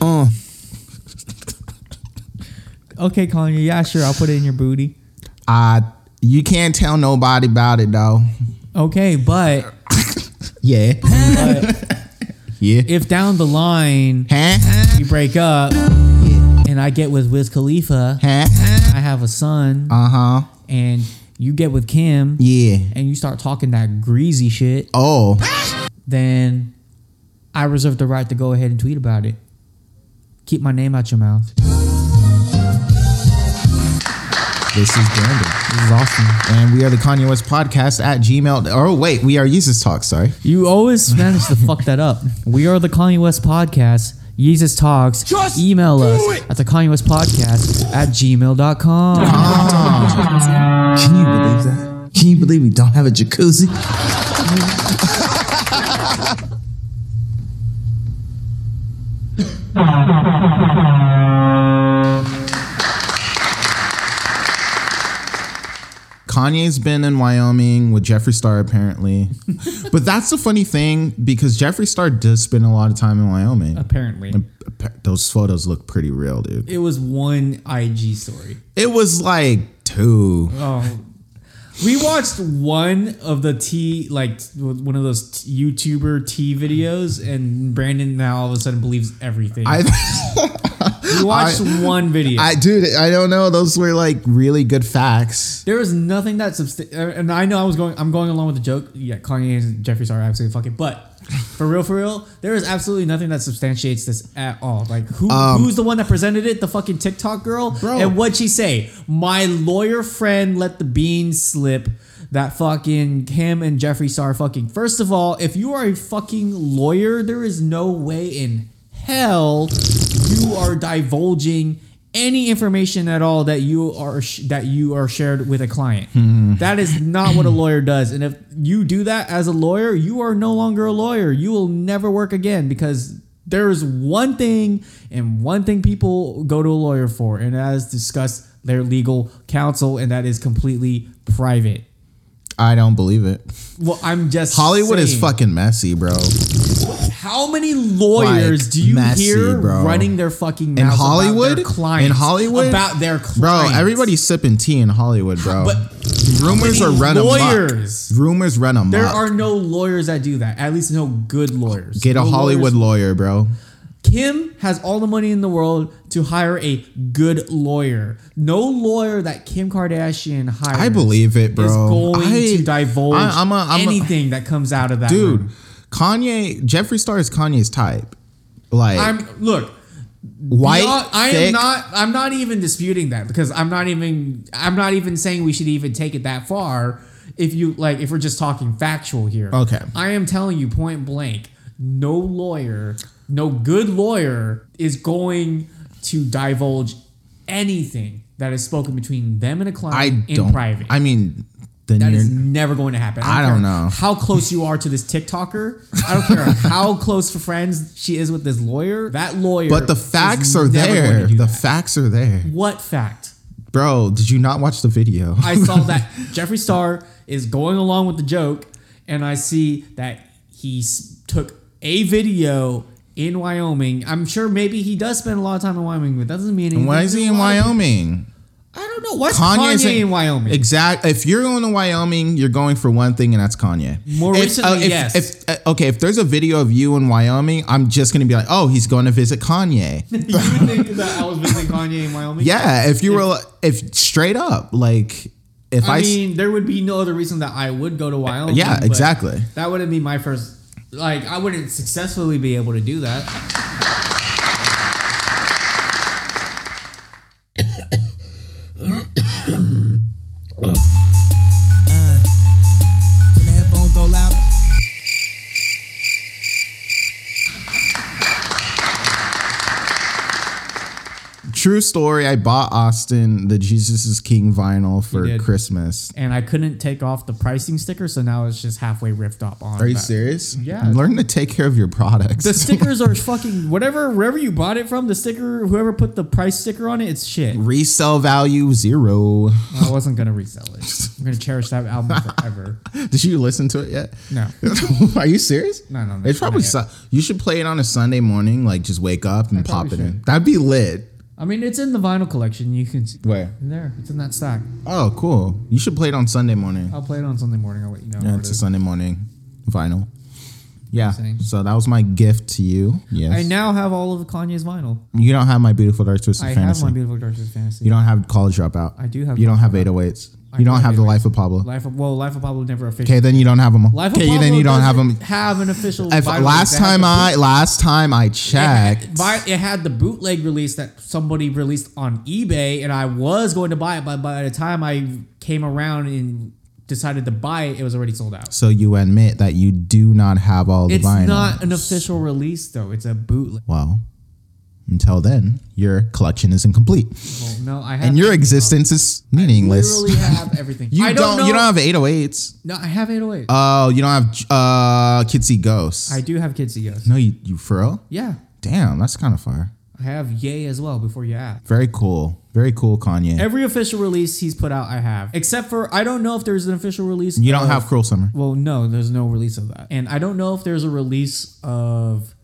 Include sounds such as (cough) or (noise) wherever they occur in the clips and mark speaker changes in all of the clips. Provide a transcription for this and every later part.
Speaker 1: Uh,
Speaker 2: Okay, Kanye. Yeah, sure. I'll put it in your booty.
Speaker 1: I you can't tell nobody about it though.
Speaker 2: Okay, but,
Speaker 1: Yeah,
Speaker 2: but
Speaker 1: yeah.
Speaker 2: if down the line
Speaker 1: Huh?
Speaker 2: we break up and I get with Wiz Khalifa,
Speaker 1: Huh?
Speaker 2: I have a son,
Speaker 1: Uh huh.
Speaker 2: and you get with Kim,
Speaker 1: Yeah.
Speaker 2: and you start talking that greasy shit,
Speaker 1: Oh.
Speaker 2: then I reserve the right to go ahead and tweet about it. Keep my name out your mouth.
Speaker 1: This is Brandon.
Speaker 2: This is awesome.
Speaker 1: And we are the Kanye West podcast at Gmail. Oh, wait, we are Jesus Talk, sorry.
Speaker 2: You always manage to fuck that up. We are the Kanye West podcast. Jesus Talks.
Speaker 3: Just
Speaker 2: Email
Speaker 3: do
Speaker 2: us
Speaker 3: it.
Speaker 2: at the Kanye West podcast at gmail.com.
Speaker 4: Can you
Speaker 1: Um,
Speaker 4: believe that? Can you believe we don't have a jacuzzi?
Speaker 1: Kanye's been in Wyoming with Jeffree Star, apparently. but that's the funny thing because Jeffree Star does spend a lot of time in Wyoming.
Speaker 2: Apparently.
Speaker 1: And appa- Those photos look pretty real, dude.
Speaker 2: It was one IG story.
Speaker 1: It was like two.
Speaker 2: Oh. We watched one of the T, like one of those YouTuber T videos, and Brandon now all of a sudden believes everything.
Speaker 1: I,
Speaker 2: we watched one video.
Speaker 1: I, dude, I don't know. Those were like really good facts.
Speaker 2: There was nothing that subst- and I know I was going. I'm going along with the joke. Yeah, Kanye and Jeffree Star are absolutely fucking. But for real, for real, there is absolutely nothing that substantiates this at all. Like who who's the one that presented it? The fucking TikTok girl.
Speaker 1: Bro.
Speaker 2: And what'd she say? My lawyer friend let the beans slip. That fucking him and Jeffree Star fucking. First of all, if you are a fucking lawyer, there is no way in hell you are divulging any information at all that you are sh- that you are shared with a client.
Speaker 1: Hmm.
Speaker 2: That is not what a lawyer does. And if you do that as a lawyer, you are no longer a lawyer. You will never work again because there is one thing and one thing people go to a lawyer for, and that is discuss their legal counsel, and that is completely private.
Speaker 1: I don't believe it.
Speaker 2: Well, I'm just
Speaker 1: Hollywood is
Speaker 2: saying.
Speaker 1: fucking messy, bro.
Speaker 2: How many lawyers
Speaker 1: Like,
Speaker 2: do you
Speaker 1: messy,
Speaker 2: hear
Speaker 1: bro.
Speaker 2: running their fucking mouths
Speaker 1: In
Speaker 2: about their
Speaker 1: Hollywood?
Speaker 2: clients
Speaker 1: in Hollywood?
Speaker 2: about their clients,
Speaker 1: Bro, everybody's sipping tea in Hollywood, bro.
Speaker 2: But
Speaker 1: rumors
Speaker 2: how
Speaker 1: are
Speaker 2: many
Speaker 1: run
Speaker 2: lawyers?
Speaker 1: amok. Rumors run amok.
Speaker 2: There are no lawyers that do that. At least no good lawyers.
Speaker 1: Get a
Speaker 2: No
Speaker 1: Hollywood
Speaker 2: lawyers.
Speaker 1: lawyer, bro.
Speaker 2: Kim has all the money in the world to hire a good lawyer. No lawyer that Kim Kardashian hires.
Speaker 1: I believe it, bro.
Speaker 2: Is going
Speaker 1: I-
Speaker 2: to divulge
Speaker 1: I- I'm a- I'm a-
Speaker 2: anything that comes out of that
Speaker 1: Dude,
Speaker 2: room.
Speaker 1: Kanye, Jeffree Star is Kanye's type. Like,
Speaker 2: I'm look.
Speaker 1: white,
Speaker 2: Beyond- I
Speaker 1: thick,
Speaker 2: am not. I'm not even disputing that because I'm not even. I'm not even saying we should even take it that far. If you like, if we're just talking factual here,
Speaker 1: Okay.
Speaker 2: I am telling you point blank. No lawyer, no good lawyer, is going to divulge anything that is spoken between them and a client
Speaker 1: I
Speaker 2: in
Speaker 1: don't.
Speaker 2: private.
Speaker 1: I mean, then
Speaker 2: That
Speaker 1: you're.
Speaker 2: is never going to happen.
Speaker 1: I don't
Speaker 2: care
Speaker 1: know.
Speaker 2: how close you are to this TikToker. I don't care
Speaker 1: (laughs)
Speaker 2: how close for friends she is with this lawyer. That lawyer,
Speaker 1: but the
Speaker 2: is
Speaker 1: facts are
Speaker 2: never going to
Speaker 1: there.
Speaker 2: do
Speaker 1: The
Speaker 2: that.
Speaker 1: facts are there.
Speaker 2: What fact?
Speaker 1: Bro, did you not watch the video?
Speaker 2: I saw that (laughs) Jeffree Star is going along with the joke, and I see that he s- took a video in Wyoming. I'm sure maybe he does spend a lot of time in Wyoming, but that doesn't mean
Speaker 1: (laughs)
Speaker 2: anything.
Speaker 1: Why is he in
Speaker 2: There's a lot of-
Speaker 1: Wyoming?
Speaker 2: I don't know. Why's
Speaker 1: Kanye's
Speaker 2: Kanye in Wyoming?
Speaker 1: Exact. If you're going to Wyoming, you're going for one thing, and that's Kanye.
Speaker 2: More
Speaker 1: if,
Speaker 2: recently,
Speaker 1: if-
Speaker 2: yes.
Speaker 1: If, uh, okay, if there's a video of you in Wyoming, I'm just gonna be like, oh, he's going to visit Kanye.
Speaker 2: (laughs) you would think that I was visiting Kanye in Wyoming.
Speaker 1: yeah. If you were, like- if straight up, like, if I,
Speaker 2: I,
Speaker 1: s-
Speaker 2: mean, there would be no other reason that I would go to Wyoming.
Speaker 1: yeah,
Speaker 2: but
Speaker 1: exactly.
Speaker 2: That wouldn't be my first. Like, I wouldn't successfully be able to do that.
Speaker 4: Can the headphones go louder?
Speaker 1: True story. I bought Austin the Jesus is King vinyl for
Speaker 2: did.
Speaker 1: Christmas.
Speaker 2: and I couldn't take off the pricing sticker, so now it's just halfway ripped up on.
Speaker 1: Are you
Speaker 2: that.
Speaker 1: serious?
Speaker 2: Yeah.
Speaker 1: Learn to take care of your products.
Speaker 2: The stickers are fucking whatever wherever you bought it from. The sticker, whoever put the price sticker on it, it's
Speaker 1: (laughs)
Speaker 2: shit.
Speaker 1: Resell value zero.
Speaker 2: I wasn't gonna resell it. I'm gonna cherish that album
Speaker 1: (laughs)
Speaker 2: forever.
Speaker 1: Did you listen to it
Speaker 2: (laughs)
Speaker 1: yet?
Speaker 2: No.
Speaker 1: Are you serious?
Speaker 2: No, no, no,
Speaker 1: It's probably
Speaker 2: not
Speaker 1: su- you should play it on a Sunday morning. Like just wake up and pop it
Speaker 2: probably
Speaker 1: in. That'd be lit.
Speaker 2: I mean, it's in the vinyl collection. You can see
Speaker 1: Where?
Speaker 2: in there. It's in that stack.
Speaker 1: Oh, cool. You should play it on Sunday morning.
Speaker 2: I'll play it on Sunday morning. I'll let you know.
Speaker 1: Yeah,
Speaker 2: where it
Speaker 1: it's a
Speaker 2: is.
Speaker 1: Sunday morning vinyl. Yeah.
Speaker 2: Same.
Speaker 1: So that was my gift to you. Yes.
Speaker 2: I now have all of Kanye's vinyl.
Speaker 1: You don't have my beautiful dark twisted
Speaker 2: I have
Speaker 1: fantasy.
Speaker 2: my beautiful dark Twisted fantasy.
Speaker 1: you don't have college dropout.
Speaker 2: I do have
Speaker 1: You don't
Speaker 2: College
Speaker 1: have 808s.
Speaker 2: I
Speaker 1: You
Speaker 2: do
Speaker 1: don't
Speaker 2: have
Speaker 1: have the
Speaker 2: 808s.
Speaker 1: life of Pablo.
Speaker 2: Life of well, Life of Pablo never officially.
Speaker 1: Okay, then you don't have them.
Speaker 2: Life of
Speaker 1: Okay,
Speaker 2: Pablo
Speaker 1: then you don't have
Speaker 2: doesn't
Speaker 1: them.
Speaker 2: Have an official.
Speaker 1: If,
Speaker 2: vinyl
Speaker 1: last
Speaker 2: release. They had
Speaker 1: time
Speaker 2: the
Speaker 1: I last time
Speaker 2: (laughs)
Speaker 1: I
Speaker 2: boot-
Speaker 1: checked,
Speaker 2: it had, it had the bootleg release that somebody released on eBay, and I was going to buy it, but by the time I came around and decided to buy it, it was already sold out.
Speaker 1: so you admit that you do not have all the
Speaker 2: It's
Speaker 1: vinyl.
Speaker 2: not an official release though; it's a bootleg.
Speaker 1: well, until then, your collection is incomplete,
Speaker 2: Well, no, I have
Speaker 1: and your existence is meaningless. (laughs)
Speaker 2: literally have everything.
Speaker 1: You
Speaker 2: I
Speaker 1: don't,
Speaker 2: don't. know-
Speaker 1: you don't have 808s.
Speaker 2: No, I have 808.
Speaker 1: Oh, you don't have uh Kitsy Ghosts.
Speaker 2: I do have Kids to Yes.
Speaker 1: no, you you for real?
Speaker 2: Yeah,
Speaker 1: Damn, that's kind of far.
Speaker 2: I have Yay as well. Before you ask.
Speaker 1: Very cool. Very cool, Kanye.
Speaker 2: Every official release he's put out, I have. Except for, I don't know if there's an official release.
Speaker 1: you don't
Speaker 2: of-
Speaker 1: have Cruel Summer.
Speaker 2: Well, no, there's no release of that. And I don't know if there's a release of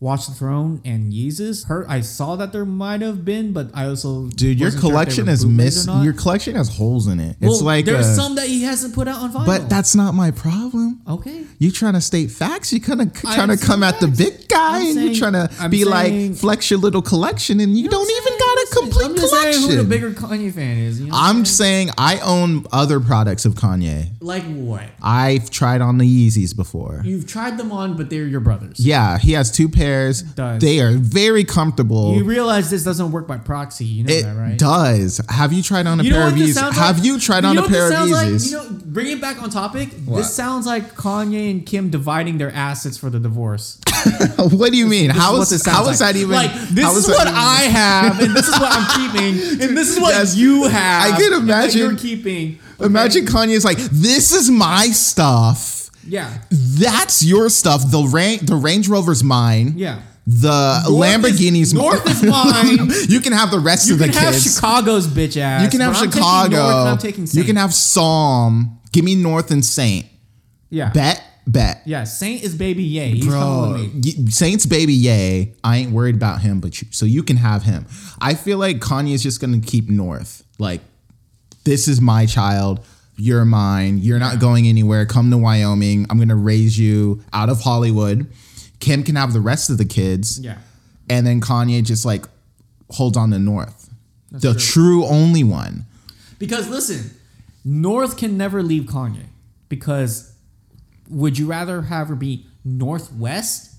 Speaker 2: Watch the Throne and Yeezus. Her, I saw that there might have been, but I also
Speaker 1: Dude, your
Speaker 2: wasn't sure if they
Speaker 1: collection
Speaker 2: were
Speaker 1: is
Speaker 2: bootlegs or
Speaker 1: miss.
Speaker 2: not.
Speaker 1: Your collection has holes in it.
Speaker 2: Well,
Speaker 1: it's like
Speaker 2: there's
Speaker 1: a-
Speaker 2: some that he hasn't put out on vinyl.
Speaker 1: but that's not my problem.
Speaker 2: okay.
Speaker 1: You trying to state facts? You kind of trying to
Speaker 2: saying
Speaker 1: come at the
Speaker 2: facts.
Speaker 1: big guy,
Speaker 2: I'm
Speaker 1: and you
Speaker 2: saying-
Speaker 1: trying to
Speaker 2: I'm
Speaker 1: be
Speaker 2: saying-
Speaker 1: like flex your little collection, and you don't even got a complete
Speaker 2: I'm just
Speaker 1: collection.
Speaker 2: Saying who the bigger Kanye fan is? You know what
Speaker 1: I'm
Speaker 2: saying?
Speaker 1: just saying I own other products of Kanye.
Speaker 2: like what
Speaker 1: I've tried on the Yeezys before.
Speaker 2: you've tried them on, but they're your brothers.
Speaker 1: yeah, he has two pairs.
Speaker 2: Does.
Speaker 1: They are very comfortable.
Speaker 2: You realize this doesn't work by proxy. You know
Speaker 1: It
Speaker 2: that, right?
Speaker 1: does. Have you tried on a
Speaker 2: You know
Speaker 1: pair of
Speaker 2: what this
Speaker 1: Yeezys?
Speaker 2: sounds
Speaker 1: Have
Speaker 2: like?
Speaker 1: you tried
Speaker 2: You
Speaker 1: on
Speaker 2: know
Speaker 1: a
Speaker 2: what
Speaker 1: pair of
Speaker 2: this sounds like?
Speaker 1: Yeezys?
Speaker 2: You know, bring it back on topic.
Speaker 1: What?
Speaker 2: This sounds like Kanye and Kim dividing their assets for the divorce.
Speaker 1: (laughs) what do you mean?
Speaker 2: This
Speaker 1: How
Speaker 2: what
Speaker 1: is,
Speaker 2: this sounds
Speaker 1: how is
Speaker 2: like.
Speaker 1: that even?
Speaker 2: Like this
Speaker 1: how
Speaker 2: is,
Speaker 1: that
Speaker 2: what
Speaker 1: even- (laughs)
Speaker 2: I have, and this is what I'm keeping, and this is what
Speaker 1: Yes.
Speaker 2: you have.
Speaker 1: I can
Speaker 2: and that
Speaker 1: imagine-
Speaker 2: you're keeping. okay? (laughs)
Speaker 1: Imagine Kanye's like, "This is my stuff.
Speaker 2: Yeah.
Speaker 1: That's your stuff. The Ran- the Range Rover's mine.
Speaker 2: Yeah.
Speaker 1: The Lamborghini's
Speaker 2: is-
Speaker 1: (laughs)
Speaker 2: North is mine.
Speaker 1: you can have the rest
Speaker 2: You
Speaker 1: of the
Speaker 2: can have
Speaker 1: kids.
Speaker 2: Chicago's bitch ass.
Speaker 1: you can have
Speaker 2: but I'm taking
Speaker 1: Chicago.
Speaker 2: North and I'm taking
Speaker 1: you can
Speaker 2: Saint.
Speaker 1: have Psalm. Give me North and Saint.
Speaker 2: yeah.
Speaker 1: Bet bet.
Speaker 2: Yeah, Saint is baby yay. He's coming
Speaker 1: Bro,
Speaker 2: with
Speaker 1: y-
Speaker 2: me.
Speaker 1: Saints baby, yay! I ain't worried about him, but you, so you can have him. I feel like Kanye's just gonna keep North. Like, this is my child. You're mine. You're not going anywhere. Come to Wyoming. I'm gonna raise you out of Hollywood. Kim can have the rest of the kids.
Speaker 2: Yeah.
Speaker 1: and then Kanye just like holds on to North, the true only one.
Speaker 2: Because listen, North can never leave Kanye. Because would you rather have her be Northwest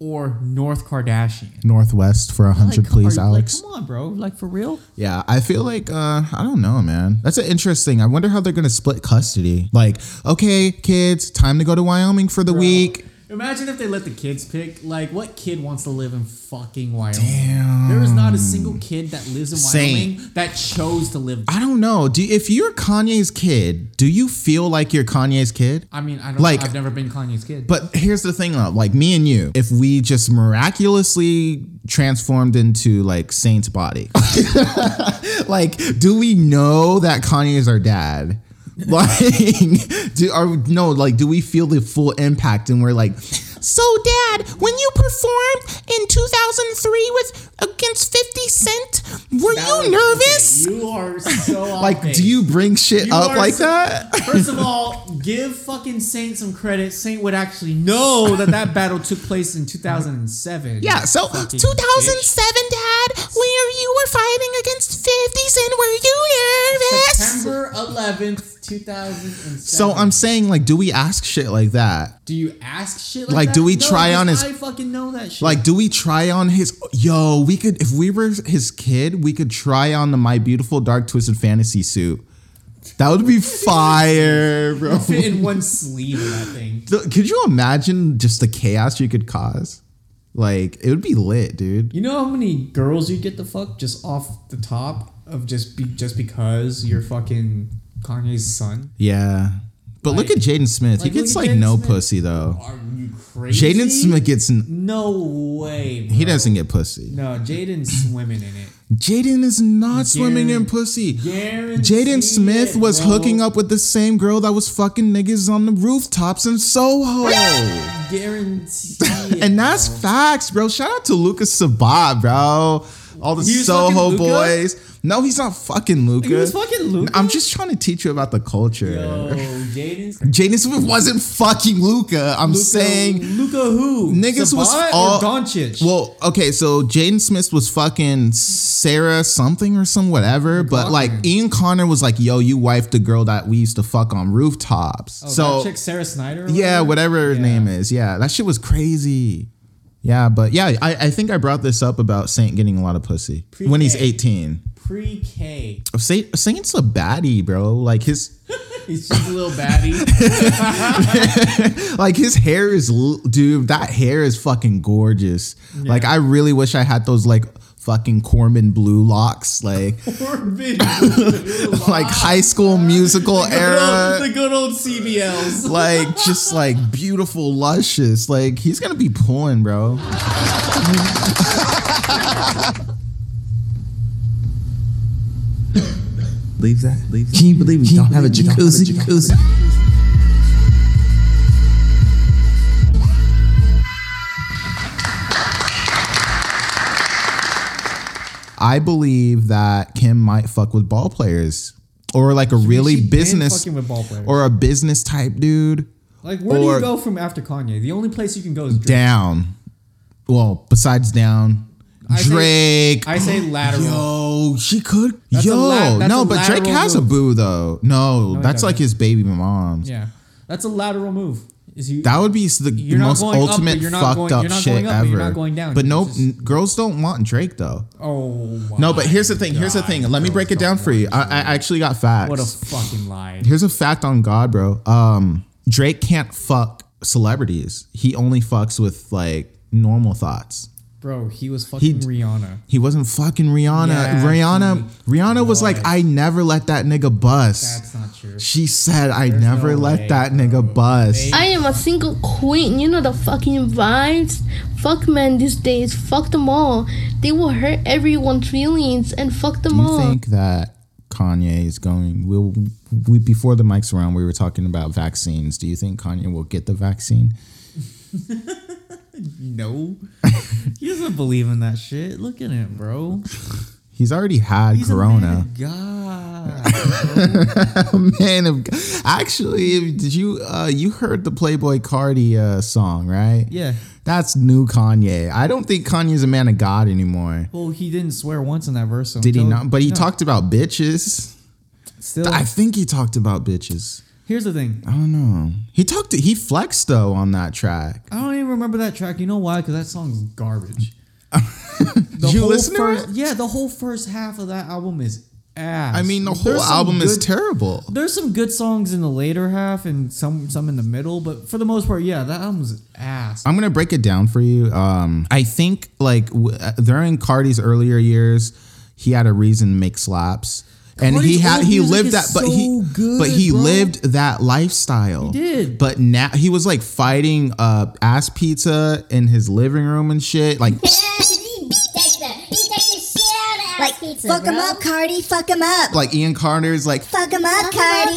Speaker 2: or North Kardashian?
Speaker 1: Northwest for a hundred,
Speaker 2: Like,
Speaker 1: please,
Speaker 2: are you-
Speaker 1: Alex.
Speaker 2: Like, come on, bro. Like for real?
Speaker 1: Yeah, I feel like uh, I don't know, man. That's an interesting. I wonder how they're gonna split custody. Like, okay, kids, time to go to Wyoming for the week.
Speaker 2: Imagine if they let the kids pick. Like, what kid wants to live in fucking Wyoming? There is not a single kid that lives in
Speaker 1: Same.
Speaker 2: Wyoming that chose to live.
Speaker 1: I don't know. Do if you're Kanye's kid, do you feel like you're Kanye's kid?
Speaker 2: I mean, I don't.
Speaker 1: Like-
Speaker 2: I've never been Kanye's kid.
Speaker 1: But here's the thing, though. Like me and you, if we just miraculously transformed into like Saint's body, (laughs) like, do we know that Kanye is our dad? (laughs) Like, do are no like, do we feel the full impact? And we're like, so dad, when you performed in 2003 with against 50 Cent, were you nervous?
Speaker 2: You are so
Speaker 1: (laughs)
Speaker 2: off
Speaker 1: Like,
Speaker 2: base.
Speaker 1: do you bring shit
Speaker 2: You
Speaker 1: up
Speaker 2: are
Speaker 1: like
Speaker 2: so-
Speaker 1: that?
Speaker 2: First of all, give fucking Saint some credit. Saint would actually know that that battle took place in 2007.
Speaker 1: Yeah, so
Speaker 2: Fucking
Speaker 1: 2007,
Speaker 2: bitch.
Speaker 1: Dad, where you were fighting against 50 Cent, were you nervous?
Speaker 2: September 11th, 2007.
Speaker 1: So um, I'm saying, like, do we ask shit like that?
Speaker 2: Do you ask shit like,
Speaker 1: Like,
Speaker 2: that?
Speaker 1: do we
Speaker 2: No,
Speaker 1: try on
Speaker 2: because
Speaker 1: his-
Speaker 2: I fucking know that (laughs) shit.
Speaker 1: Like, do we try on his? Yo, we could if we were his kid, we could try on the My Beautiful Dark Twisted Fantasy suit. That would be fire, bro.
Speaker 2: fit in one sleeve of that thing.
Speaker 1: The- Could you imagine just the chaos you could cause? Like it would be lit, dude.
Speaker 2: You know how many girls you get the fuck just off the top of just be just because you're fucking Kanye's son?
Speaker 1: Yeah. But look
Speaker 2: Like-
Speaker 1: at Jaden Smith.
Speaker 2: like,
Speaker 1: he
Speaker 2: look
Speaker 1: gets
Speaker 2: at
Speaker 1: like
Speaker 2: Jaden
Speaker 1: no
Speaker 2: Smith.
Speaker 1: pussy though.
Speaker 2: Are you crazy?
Speaker 1: Jaden Smith gets n-
Speaker 2: No way. Bro.
Speaker 1: he doesn't get pussy.
Speaker 2: No, Jaden's swimming in it.
Speaker 1: Jaden is not swimming in
Speaker 2: Guaran-
Speaker 1: pussy.
Speaker 2: guarantee
Speaker 1: Jaden Smith
Speaker 2: it,
Speaker 1: was
Speaker 2: bro.
Speaker 1: hooking up with the same girl that was fucking niggas on the rooftops in Soho.
Speaker 2: Guarantee. it,
Speaker 1: (laughs) And that's
Speaker 2: bro.
Speaker 1: facts, bro. Shout out to Lucas Sabat, bro. All the
Speaker 2: He was
Speaker 1: Soho
Speaker 2: fucking Luka?
Speaker 1: boys. No, he's not fucking Luca.
Speaker 2: He was fucking Luca.
Speaker 1: I'm just trying to teach you about the culture.
Speaker 2: Yo, Jaden's.
Speaker 1: Jaden Smith wasn't fucking Luca. I'm (laughs) saying
Speaker 2: Luca who
Speaker 1: niggas was
Speaker 2: Sabat
Speaker 1: all
Speaker 2: or Doncic.
Speaker 1: Well, okay, so Jaden Smith was fucking Sarah something or some whatever, but like
Speaker 2: McLaughlin.
Speaker 1: Ian Connor was like, "Yo, you wifed the girl that we used to fuck on rooftops."
Speaker 2: oh,
Speaker 1: so
Speaker 2: that chick Sarah Snyder. or
Speaker 1: yeah, whatever her
Speaker 2: Yeah.
Speaker 1: name is, yeah, that shit was crazy. Yeah, but yeah, I, I think I brought this up about Saint getting a lot of pussy when he's
Speaker 2: Pre-K.
Speaker 1: 18.
Speaker 2: Pre-K.
Speaker 1: Saint, Saint's a baddie, bro. Like his
Speaker 2: He's just a little baddie.
Speaker 1: (laughs) Like his hair is, l- dude. That hair is fucking gorgeous. Like I really wish I had those like fucking Corman blue locks,
Speaker 2: (laughs)
Speaker 1: like (laughs)
Speaker 2: Corbin.
Speaker 1: like High School
Speaker 2: (laughs)
Speaker 1: Musical era,
Speaker 2: the good old CBLs.
Speaker 1: (laughs) like just like beautiful, luscious. Like he's gonna be pulling, bro.
Speaker 4: Leave that. Leave that. Can you believe we don't have a jacuzzi? jacuzzi?
Speaker 1: I believe that Kim might fuck with ball players or like a really
Speaker 2: She's been
Speaker 1: business
Speaker 2: fucking with ball players.
Speaker 1: or a business type dude
Speaker 2: like where do
Speaker 1: or-
Speaker 2: you go from after Kanye? The only place you can go is Drake.
Speaker 1: down. Well, besides down,
Speaker 2: I say-
Speaker 1: Drake.
Speaker 2: I say lateral.
Speaker 1: Yo, she could.
Speaker 2: That's a
Speaker 1: Yo,
Speaker 2: la- that's
Speaker 1: no,
Speaker 2: a
Speaker 1: but Drake
Speaker 2: lateral
Speaker 1: has a
Speaker 2: move.
Speaker 1: boo though. No, that's like
Speaker 2: doesn't.
Speaker 1: his baby mom's.
Speaker 2: Yeah, that's a lateral move. Is he?
Speaker 1: That would be the
Speaker 2: You're not
Speaker 1: most
Speaker 2: going up, but
Speaker 1: ultimate
Speaker 2: you're not
Speaker 1: fucked
Speaker 2: going-
Speaker 1: up
Speaker 2: you're not
Speaker 1: shit
Speaker 2: going up,
Speaker 1: ever.
Speaker 2: but you're not going down.
Speaker 1: But
Speaker 2: You're
Speaker 1: no,
Speaker 2: just-
Speaker 1: n- girls don't want Drake though.
Speaker 2: oh my
Speaker 1: No, but here's the thing. Here's the
Speaker 2: God.
Speaker 1: thing. Let me break it down for you. I, I actually got facts.
Speaker 2: What a fucking lie.
Speaker 1: here's a fact on God, bro. Um, Drake can't fuck celebrities. He only fucks with like normal thoughts.
Speaker 2: Bro, he was fucking Rihanna. (laughs)
Speaker 1: He wasn't fucking Rihanna.
Speaker 2: Yeah,
Speaker 1: Rihanna.
Speaker 2: he
Speaker 1: Rihanna was like,
Speaker 2: was.
Speaker 1: I never let that nigga bust.
Speaker 2: That's not true.
Speaker 1: She said, I never
Speaker 2: no
Speaker 1: let
Speaker 2: way,
Speaker 1: that nigga bust.
Speaker 3: I am a single queen. You know the fucking vibes. Fuck men these days. Fuck them all. They will hurt everyone's feelings and fuck them
Speaker 1: Do you
Speaker 3: all.
Speaker 1: think that Kanye is going? Will we before the mics were on? We were talking about vaccines. Do you think Kanye will get the vaccine?
Speaker 2: (laughs) No. he doesn't believe in that shit. Look at him, bro.
Speaker 1: He's already had
Speaker 2: He's a
Speaker 1: Corona. (laughs)
Speaker 2: man of God. (laughs)
Speaker 1: Man, of g- actually, did you uh, you heard the Playboy Cardi uh, song, right?
Speaker 2: Yeah.
Speaker 1: that's new Kanye. I don't think Kanye's a man of God anymore.
Speaker 2: Well, he didn't swear once in that verse. so
Speaker 1: Did he
Speaker 2: still-
Speaker 1: not? But he
Speaker 2: no,
Speaker 1: talked about bitches.
Speaker 2: Still,
Speaker 1: I Uh-huh. think he talked about bitches.
Speaker 2: here's the thing.
Speaker 1: I don't know. He talked. He flexed though on that track.
Speaker 2: I don't even remember that track. You know why? Because that song's garbage. The
Speaker 1: you
Speaker 2: whole
Speaker 1: listen to
Speaker 2: first,
Speaker 1: it?
Speaker 2: Yeah, the whole first half of that album is ass.
Speaker 1: I mean, the whole
Speaker 2: There's some
Speaker 1: album is
Speaker 2: good-
Speaker 1: terrible.
Speaker 2: There's some good songs in the later half and some some in the middle, but for the most part, yeah, that album's ass.
Speaker 1: I'm gonna break it down for you. Um, I think like w- uh, during Cardi's earlier years, he had a reason to make slaps, and he
Speaker 2: Cardi's
Speaker 1: had
Speaker 2: old
Speaker 1: he
Speaker 2: music
Speaker 1: lived
Speaker 2: is
Speaker 1: that, but he
Speaker 2: so good,
Speaker 1: but he
Speaker 2: bro.
Speaker 1: lived that lifestyle.
Speaker 2: He did.
Speaker 1: but now he was like fighting uh ass pizza in his living room and shit. Like (laughs)
Speaker 5: Like, fuck him up, Cardi. Fuck him up.
Speaker 1: like Ian Carter's like
Speaker 5: Fuck him up, Cardi.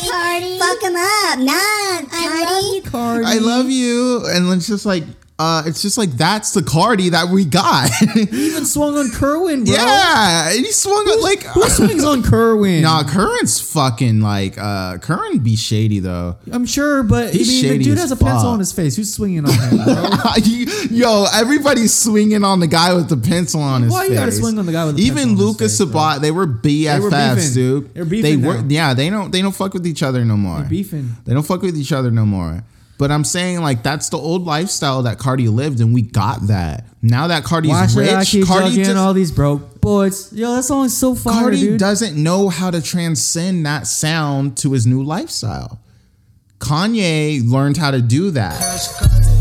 Speaker 5: Fuck him up. Nah, Cardi.
Speaker 2: Cardi.
Speaker 1: I love you, and it's just like uh, it's just like that's the Cardi that we got.
Speaker 2: even swung on Kerwin,
Speaker 1: (laughs)
Speaker 2: bro.
Speaker 1: yeah, and he swung it like.
Speaker 2: Who swings on Kerwin?
Speaker 1: (laughs) Nah, Current's fucking like uh Current be shady though.
Speaker 2: I'm sure, but I
Speaker 1: He's
Speaker 2: mean, the
Speaker 1: shady
Speaker 2: dude
Speaker 1: as
Speaker 2: has a pencil
Speaker 1: fuck.
Speaker 2: on his face. Who's swinging on
Speaker 1: (laughs)
Speaker 2: him, bro?
Speaker 1: You- Yo, everybody's swinging on the guy with the pencil on his
Speaker 2: Why
Speaker 1: face.
Speaker 2: you gotta swing on the guy with the
Speaker 1: Even
Speaker 2: pencil on his
Speaker 1: Lucas
Speaker 2: face, bro?
Speaker 1: Sabat, they were BFFs,
Speaker 2: beefing.
Speaker 1: dude.
Speaker 2: They were beefing
Speaker 1: were-
Speaker 2: now.
Speaker 1: yeah, they don't they don't fuck with each other no more.
Speaker 2: beefing.
Speaker 1: They don't fuck with each other no more. But I'm saying like that's the old lifestyle that Cardi lived, and we got that. Now that Cardi's
Speaker 2: Why should I
Speaker 1: rich,
Speaker 2: keep
Speaker 1: Cardi,
Speaker 2: jugging
Speaker 1: just-
Speaker 2: all these broke boys? Yo, that song is so fire,
Speaker 1: Cardi
Speaker 2: dude.
Speaker 1: doesn't know how to transcend that sound to his new lifestyle. Kanye learned how to do that.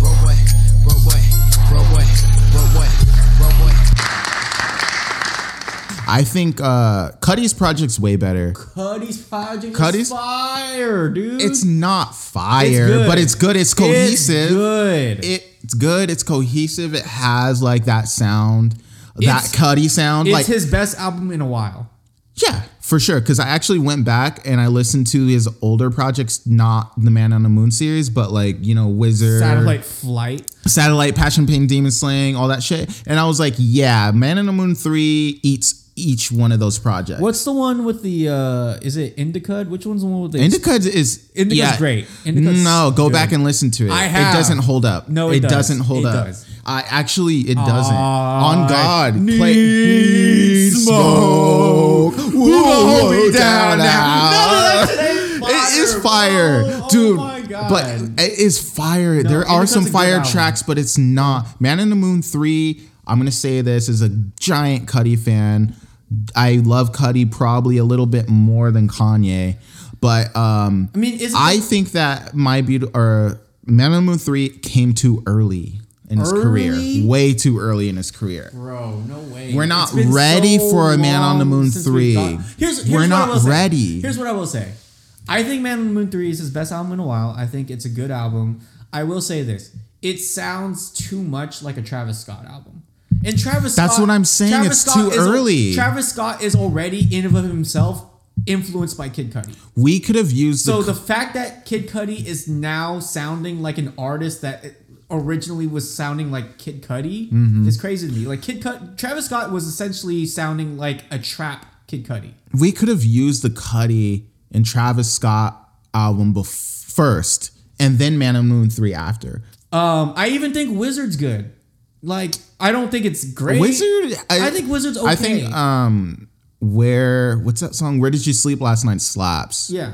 Speaker 6: Broke boy, broke boy, broke boy, broke
Speaker 1: I think uh, Cuddy's project's way better.
Speaker 2: Cuddy's project
Speaker 1: Cuddy's-
Speaker 2: is fire, dude.
Speaker 1: It's not fire,
Speaker 2: It's good.
Speaker 1: but it's good. It's cohesive.
Speaker 2: It's good.
Speaker 1: It's good. It's cohesive. It has like that sound,
Speaker 2: It's-
Speaker 1: that Cuddy sound.
Speaker 2: it's
Speaker 1: like
Speaker 2: his best album in a while.
Speaker 1: Yeah, for sure. Because I actually went back and I listened to his older projects, not the Man on the Moon series, but like you know, Wizard,
Speaker 2: Satellite Flight.
Speaker 1: Satellite, Passion, Pain, Demon Slaying, all that shit. And I was like, yeah, Man on the Moon three eats each one of those projects.
Speaker 2: What's the one with the? uh Is it Indica? Which one's the one with the?
Speaker 1: Indica is
Speaker 2: Indica's
Speaker 1: yeah.
Speaker 2: great. Indica's
Speaker 1: no, go
Speaker 2: good.
Speaker 1: back and listen to it.
Speaker 2: I have.
Speaker 1: It doesn't hold up.
Speaker 2: No, it does.
Speaker 1: doesn't hold
Speaker 2: It
Speaker 1: up.
Speaker 2: does.
Speaker 1: I actually, it doesn't. On
Speaker 2: I
Speaker 1: God,
Speaker 2: need
Speaker 1: play
Speaker 2: smoke.
Speaker 1: Whoa,
Speaker 2: Whoa,
Speaker 1: whoa,
Speaker 2: down now.
Speaker 1: now.
Speaker 2: Fire,
Speaker 1: (laughs) It is fire,
Speaker 2: bro. Oh
Speaker 1: dude.
Speaker 2: my God.
Speaker 1: But it is fire.
Speaker 2: No,
Speaker 1: there are
Speaker 2: Indica's
Speaker 1: some
Speaker 2: a good
Speaker 1: fire
Speaker 2: album.
Speaker 1: tracks, but it's not. Man in the Moon three. I'm gonna say this is a giant Cuddy fan. I love Cuddy probably a little bit more than Kanye, but um,
Speaker 2: I mean, is
Speaker 1: I think that my beautiful or Man on the Moon three came too early in his
Speaker 2: Early?
Speaker 1: career. Way too early in his career.
Speaker 2: Bro, no way.
Speaker 1: We're not
Speaker 2: It's been
Speaker 1: ready for a Man on the
Speaker 2: long
Speaker 1: Moon
Speaker 2: since
Speaker 1: 3.
Speaker 2: we've got- Here's, here's
Speaker 1: We're
Speaker 2: what I
Speaker 1: not
Speaker 2: will say.
Speaker 1: ready.
Speaker 2: Here's what I will say. I think Man on the Moon 3 is his best album in a while. I think it's a good album. I will say this. It sounds too much like a Travis Scott album. And Travis
Speaker 1: That's
Speaker 2: Scott-
Speaker 1: what I'm saying.
Speaker 2: Travis
Speaker 1: It's
Speaker 2: Scott
Speaker 1: too
Speaker 2: is-
Speaker 1: early.
Speaker 2: Travis Scott is already in and of himself influenced by Kid Cudi.
Speaker 1: We could have used
Speaker 2: So
Speaker 1: the
Speaker 2: the fact that Kid Cudi is now sounding like an artist that originally was sounding like Kid Cudi is crazy to me. Like Kid Cudi, Travis Scott was essentially sounding like a trap Kid Cudi.
Speaker 1: we could have used the Cuddy and Travis Scott album bef- first, and then Man on the Moon three after.
Speaker 2: Um, I even think Wizard's good. Like I don't think it's great.
Speaker 1: Wizard,
Speaker 2: I think uh, Wizard's
Speaker 1: I
Speaker 2: okay.
Speaker 1: think um, where what's that song? Where did you sleep last night? Slaps.
Speaker 2: yeah.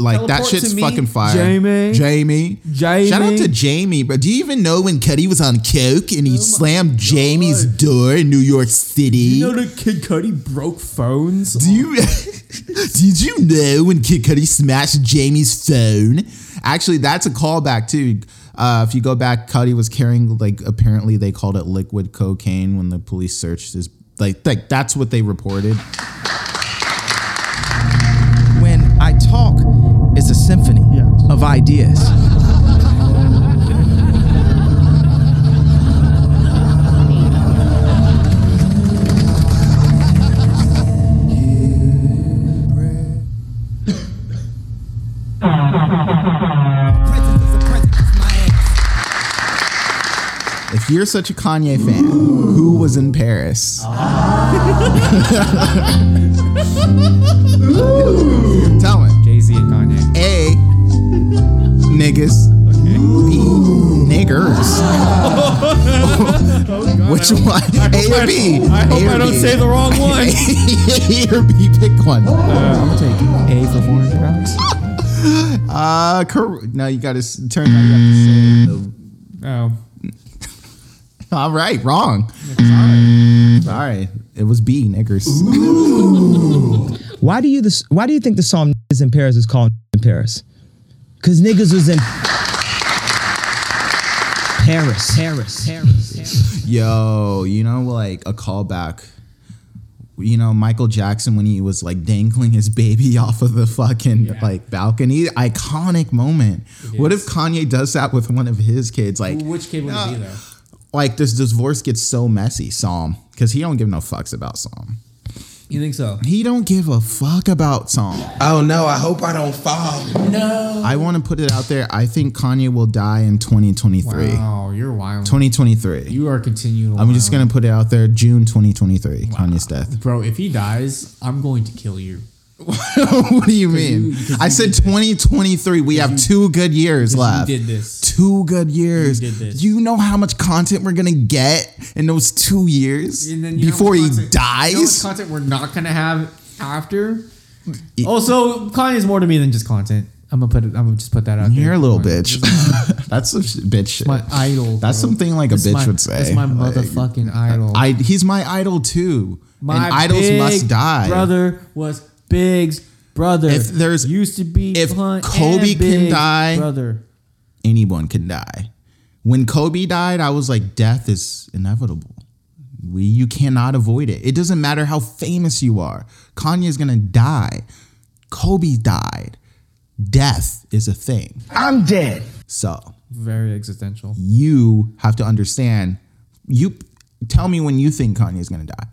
Speaker 1: like that
Speaker 2: Teleport
Speaker 1: shit's
Speaker 2: to me,
Speaker 1: fucking fire.
Speaker 2: Jamie.
Speaker 1: Jamie,
Speaker 2: Jamie.
Speaker 1: Shout out to Jamie, bro. Do you even know when Cuddy was on coke
Speaker 2: Oh
Speaker 1: and he slammed Jamie's door in New York City?
Speaker 2: You know that Kid Cudi broke phones.
Speaker 1: Do you (laughs) did you know when Kid Cudi smashed Jamie's phone? Actually, that's a callback too. Uh, if you go back, Cudi was carrying like apparently they called it liquid cocaine when the police searched his like like that's what they reported.
Speaker 4: When I talk, it's a symphony of ideas.
Speaker 1: If you're such a Kanye fan, who was in Paris? (laughs) Tell me.
Speaker 2: Jay Z and Kanye.
Speaker 1: A niggas. B niggers. (laughs) Which one? A or B?
Speaker 2: Oh, I hope
Speaker 1: A or
Speaker 2: I don't
Speaker 1: B?
Speaker 2: say
Speaker 1: (laughs)
Speaker 2: the wrong one.
Speaker 1: A or B? Pick one.
Speaker 2: I'm taking A for foreign products.
Speaker 1: Uh, cor- now you gotta s- turn. Now you have to say
Speaker 2: Oh.
Speaker 1: the- All right, wrong. Sorry, it was B niggers.
Speaker 6: Why do you this, Why do you think the song "Niggas in Paris" is called "Niggas in Paris"? Because niggas was in Paris. Paris. Paris.
Speaker 1: Yo, you know, like a callback. You know, Michael Jackson when he was like dangling his baby (laughs) off of the fucking like balcony, iconic moment. What if Kanye does that with one of his kids? Like,
Speaker 2: Which kid would it be though?
Speaker 1: like this divorce gets so messy, Psalm, because he don't give no fucks about Psalm.
Speaker 2: You think so?
Speaker 1: He don't give a fuck about Psalm.
Speaker 7: Oh no, I hope I don't fall.
Speaker 1: I want to put it out there. I think Kanye will die in 2023.
Speaker 2: Wow, Oh, you're wild.
Speaker 1: 2023.
Speaker 2: You are continuing.
Speaker 1: I'm just gonna put it out there. June 2023. Kanye's death.
Speaker 2: bro. If he dies, I'm going to kill you.
Speaker 1: (laughs) what do you mean?
Speaker 2: you- 'cause
Speaker 1: I
Speaker 2: you
Speaker 1: said
Speaker 2: did this.
Speaker 1: 2023. We have two good years
Speaker 2: You
Speaker 1: left.
Speaker 2: did this.
Speaker 1: Two good years.
Speaker 2: You did this.
Speaker 1: Do you know how much content we're gonna get in those two years
Speaker 2: And then you know
Speaker 1: before
Speaker 2: what
Speaker 1: he
Speaker 2: content- You know what
Speaker 1: dies?
Speaker 2: content we're not gonna have after. Also, Kanye's more to me than just content. I'm gonna put it. I'm gonna just put that out there.
Speaker 1: You're a little
Speaker 2: My-
Speaker 1: bitch. (laughs) That's some sh- bitch shit.
Speaker 2: My idol.
Speaker 1: That's
Speaker 2: bro.
Speaker 1: something like a
Speaker 2: That's
Speaker 1: bitch
Speaker 2: my-
Speaker 1: would say.
Speaker 2: That's my
Speaker 1: Like,
Speaker 2: motherfucking idol.
Speaker 1: I he's my idol too.
Speaker 2: my
Speaker 1: and idols
Speaker 2: big
Speaker 1: must die.
Speaker 2: Brother was Big's brother.
Speaker 1: If there's-
Speaker 2: used to be
Speaker 1: if
Speaker 2: Blunt
Speaker 1: Kobe
Speaker 2: and
Speaker 1: can
Speaker 2: Big's
Speaker 1: die-
Speaker 2: brother.
Speaker 1: Anyone can die. When Kobe died, I was like, death is inevitable. We, you cannot avoid it. It doesn't matter how famous you are. Kanye is gonna die. Kobe died. Death is a thing.
Speaker 4: I'm dead.
Speaker 1: So
Speaker 2: Very existential.
Speaker 1: you have to understand. You tell me when you think Kanye is gonna die.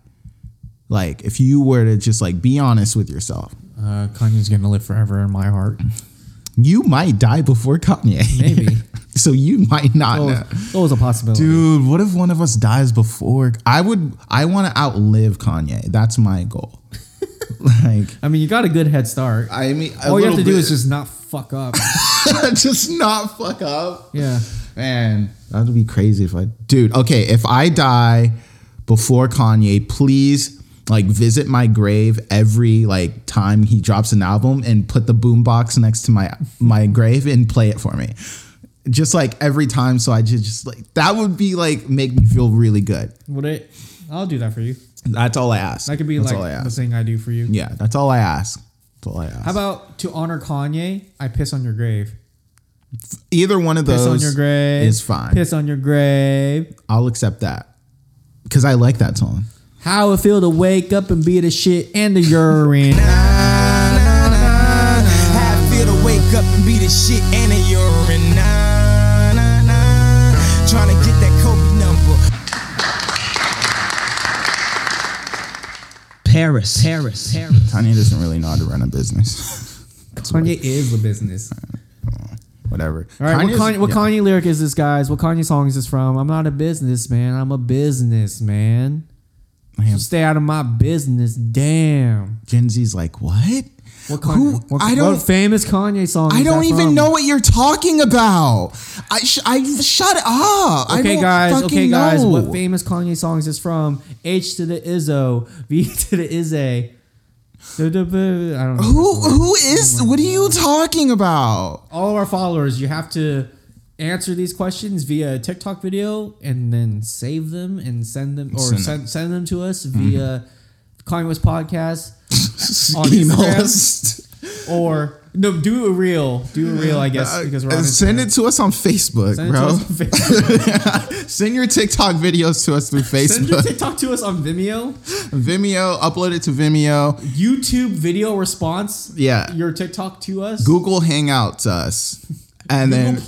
Speaker 1: Like if you were to just like be honest with yourself,
Speaker 2: Uh, Kanye's gonna live forever in my heart.
Speaker 1: you might die before Kanye.
Speaker 2: Maybe.
Speaker 1: (laughs) so you might not
Speaker 2: That was,
Speaker 1: know.
Speaker 2: that was a possibility.
Speaker 1: Dude, what if one of us dies before? I would. I want to outlive Kanye. That's my (laughs) goal. like,
Speaker 2: I mean, you got a good head start.
Speaker 1: I mean, a
Speaker 2: All you have
Speaker 1: little
Speaker 2: to do
Speaker 1: bit.
Speaker 2: is just not fuck up.
Speaker 1: (laughs) just not fuck up.
Speaker 2: yeah.
Speaker 1: Man, that would be crazy if I. Dude, okay, if I die before Kanye, please like visit my grave every like time he drops an album and put the boombox next to my my grave and play it for me. Just like every time, so I just, just like that would be like make me feel really good.
Speaker 2: Would it? I'll do that for you.
Speaker 1: That's all I ask.
Speaker 2: That could be
Speaker 1: that's all I
Speaker 2: like the
Speaker 1: ask.
Speaker 2: thing I do for you.
Speaker 1: Yeah, that's all I ask. That's all I ask.
Speaker 2: How about to honor Kanye? I piss on your grave.
Speaker 1: Either one of
Speaker 2: Piss
Speaker 1: those
Speaker 2: on your grave
Speaker 1: is fine.
Speaker 2: Piss on your grave.
Speaker 1: I'll accept that because I like that song.
Speaker 2: How it feel to wake up and be the shit and
Speaker 1: (laughs)
Speaker 2: the urine.
Speaker 8: How I feel to wake up and be the shit and a urine. Nah, nah, nah. Tryna get that Kobe number.
Speaker 6: Paris. Paris. Paris.
Speaker 1: Kanye doesn't really know how to run a business. (laughs)
Speaker 2: Kanye is the business.
Speaker 1: Whatever.
Speaker 2: All right,
Speaker 1: Kanye's-
Speaker 2: what, Kanye, what
Speaker 1: yeah.
Speaker 2: Kanye lyric is this, guys? What Kanye song is this from? I'm not a businessman. I'm a businessman. So
Speaker 1: Man,
Speaker 2: stay out of my business. Damn.
Speaker 1: Gen Z's like, what?
Speaker 2: What Kanye?
Speaker 1: Who-
Speaker 2: what,
Speaker 1: I don't.
Speaker 2: what famous Kanye song.
Speaker 1: I
Speaker 2: is
Speaker 1: don't
Speaker 2: that
Speaker 1: even
Speaker 2: from?
Speaker 1: know what you're talking about. I, sh- I shut up. I
Speaker 2: Okay,
Speaker 1: don't
Speaker 2: guys.
Speaker 1: fucking
Speaker 2: Okay, guys.
Speaker 1: know.
Speaker 2: What famous Kanye song is this from? H to the Izzo, V (laughs) to the Izze. I don't know.
Speaker 1: who who is? what are you talking about?
Speaker 2: all of our followers, you have to answer these questions via a TikTok video and then save them and send them or
Speaker 1: Send
Speaker 2: send,
Speaker 1: them.
Speaker 2: send, them to us via Kanye West Podcast
Speaker 1: (laughs)
Speaker 2: on
Speaker 1: Email
Speaker 2: Instagram
Speaker 1: us.
Speaker 2: or no, do a reel, do a reel, I guess,
Speaker 1: Uh,
Speaker 2: because we're on
Speaker 1: uh, send
Speaker 2: Instagram.
Speaker 1: it to us on Facebook,
Speaker 2: Send it to
Speaker 1: (laughs) bro.
Speaker 2: us on Facebook.
Speaker 1: Send your TikTok videos to us through
Speaker 2: (laughs) Send your
Speaker 1: Facebook,
Speaker 2: TikTok to us on Vimeo.
Speaker 1: Vimeo. Upload it to Vimeo.
Speaker 2: YouTube video response.
Speaker 1: Yeah.
Speaker 2: Your TikTok to us.
Speaker 1: Google Hangouts us, and then
Speaker 2: Google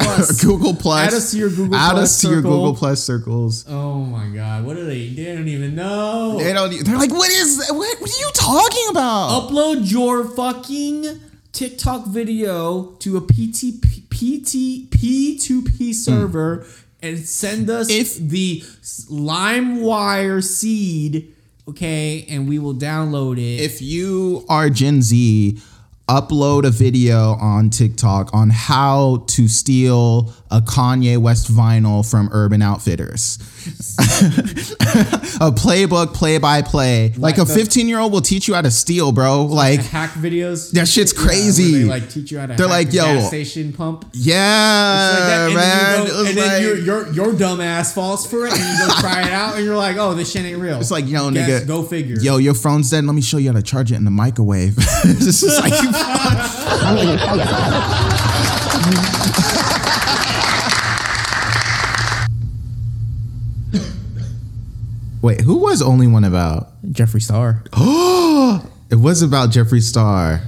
Speaker 1: (laughs)
Speaker 2: Plus.
Speaker 1: Google Plus.
Speaker 2: Add us to your Google
Speaker 1: Add
Speaker 2: Plus
Speaker 1: us to your
Speaker 2: circle.
Speaker 1: Google Plus circles.
Speaker 2: Oh my God. What are they? They don't even know.
Speaker 1: They don't. They're like, what is? that? What, what are you talking
Speaker 2: Oh,
Speaker 1: about?
Speaker 2: upload your fucking TikTok video to a PT, PT, P2P server and send us
Speaker 1: Hmm. If-
Speaker 2: the s- LimeWire seed, okay, and we will download it.
Speaker 1: If you are Gen Z, upload a video on TikTok on how to steal a Kanye West vinyl from Urban Outfitters. (laughs) a playbook, play by play. Like a
Speaker 2: the-
Speaker 1: 15 year old will teach you how to steal, bro.
Speaker 2: (laughs)
Speaker 1: Like,
Speaker 2: hack videos.
Speaker 1: That shit's
Speaker 2: Yeah, where
Speaker 1: crazy.
Speaker 2: they like teach you how to
Speaker 1: They're
Speaker 2: hack
Speaker 1: like,
Speaker 2: a
Speaker 1: yo,
Speaker 2: gas station pump. It's like
Speaker 1: yeah,
Speaker 2: that, and
Speaker 1: Uh, man.
Speaker 2: then, you
Speaker 1: It
Speaker 2: go,
Speaker 1: was
Speaker 2: and then
Speaker 1: like-
Speaker 2: your, your your dumb ass falls for it, and
Speaker 1: (laughs)
Speaker 2: you go try it out, and you're like, "Oh, this shit ain't real."
Speaker 1: It's like, yo,
Speaker 2: Guess-
Speaker 1: nigga.
Speaker 2: go figure.
Speaker 1: Yo, your phone's dead. Let me show you how to charge it in the microwave. (laughs) this is like, (laughs) wait, who was only one about? (gasps)
Speaker 2: Jeffree Star.
Speaker 1: It was about Jeffree Star.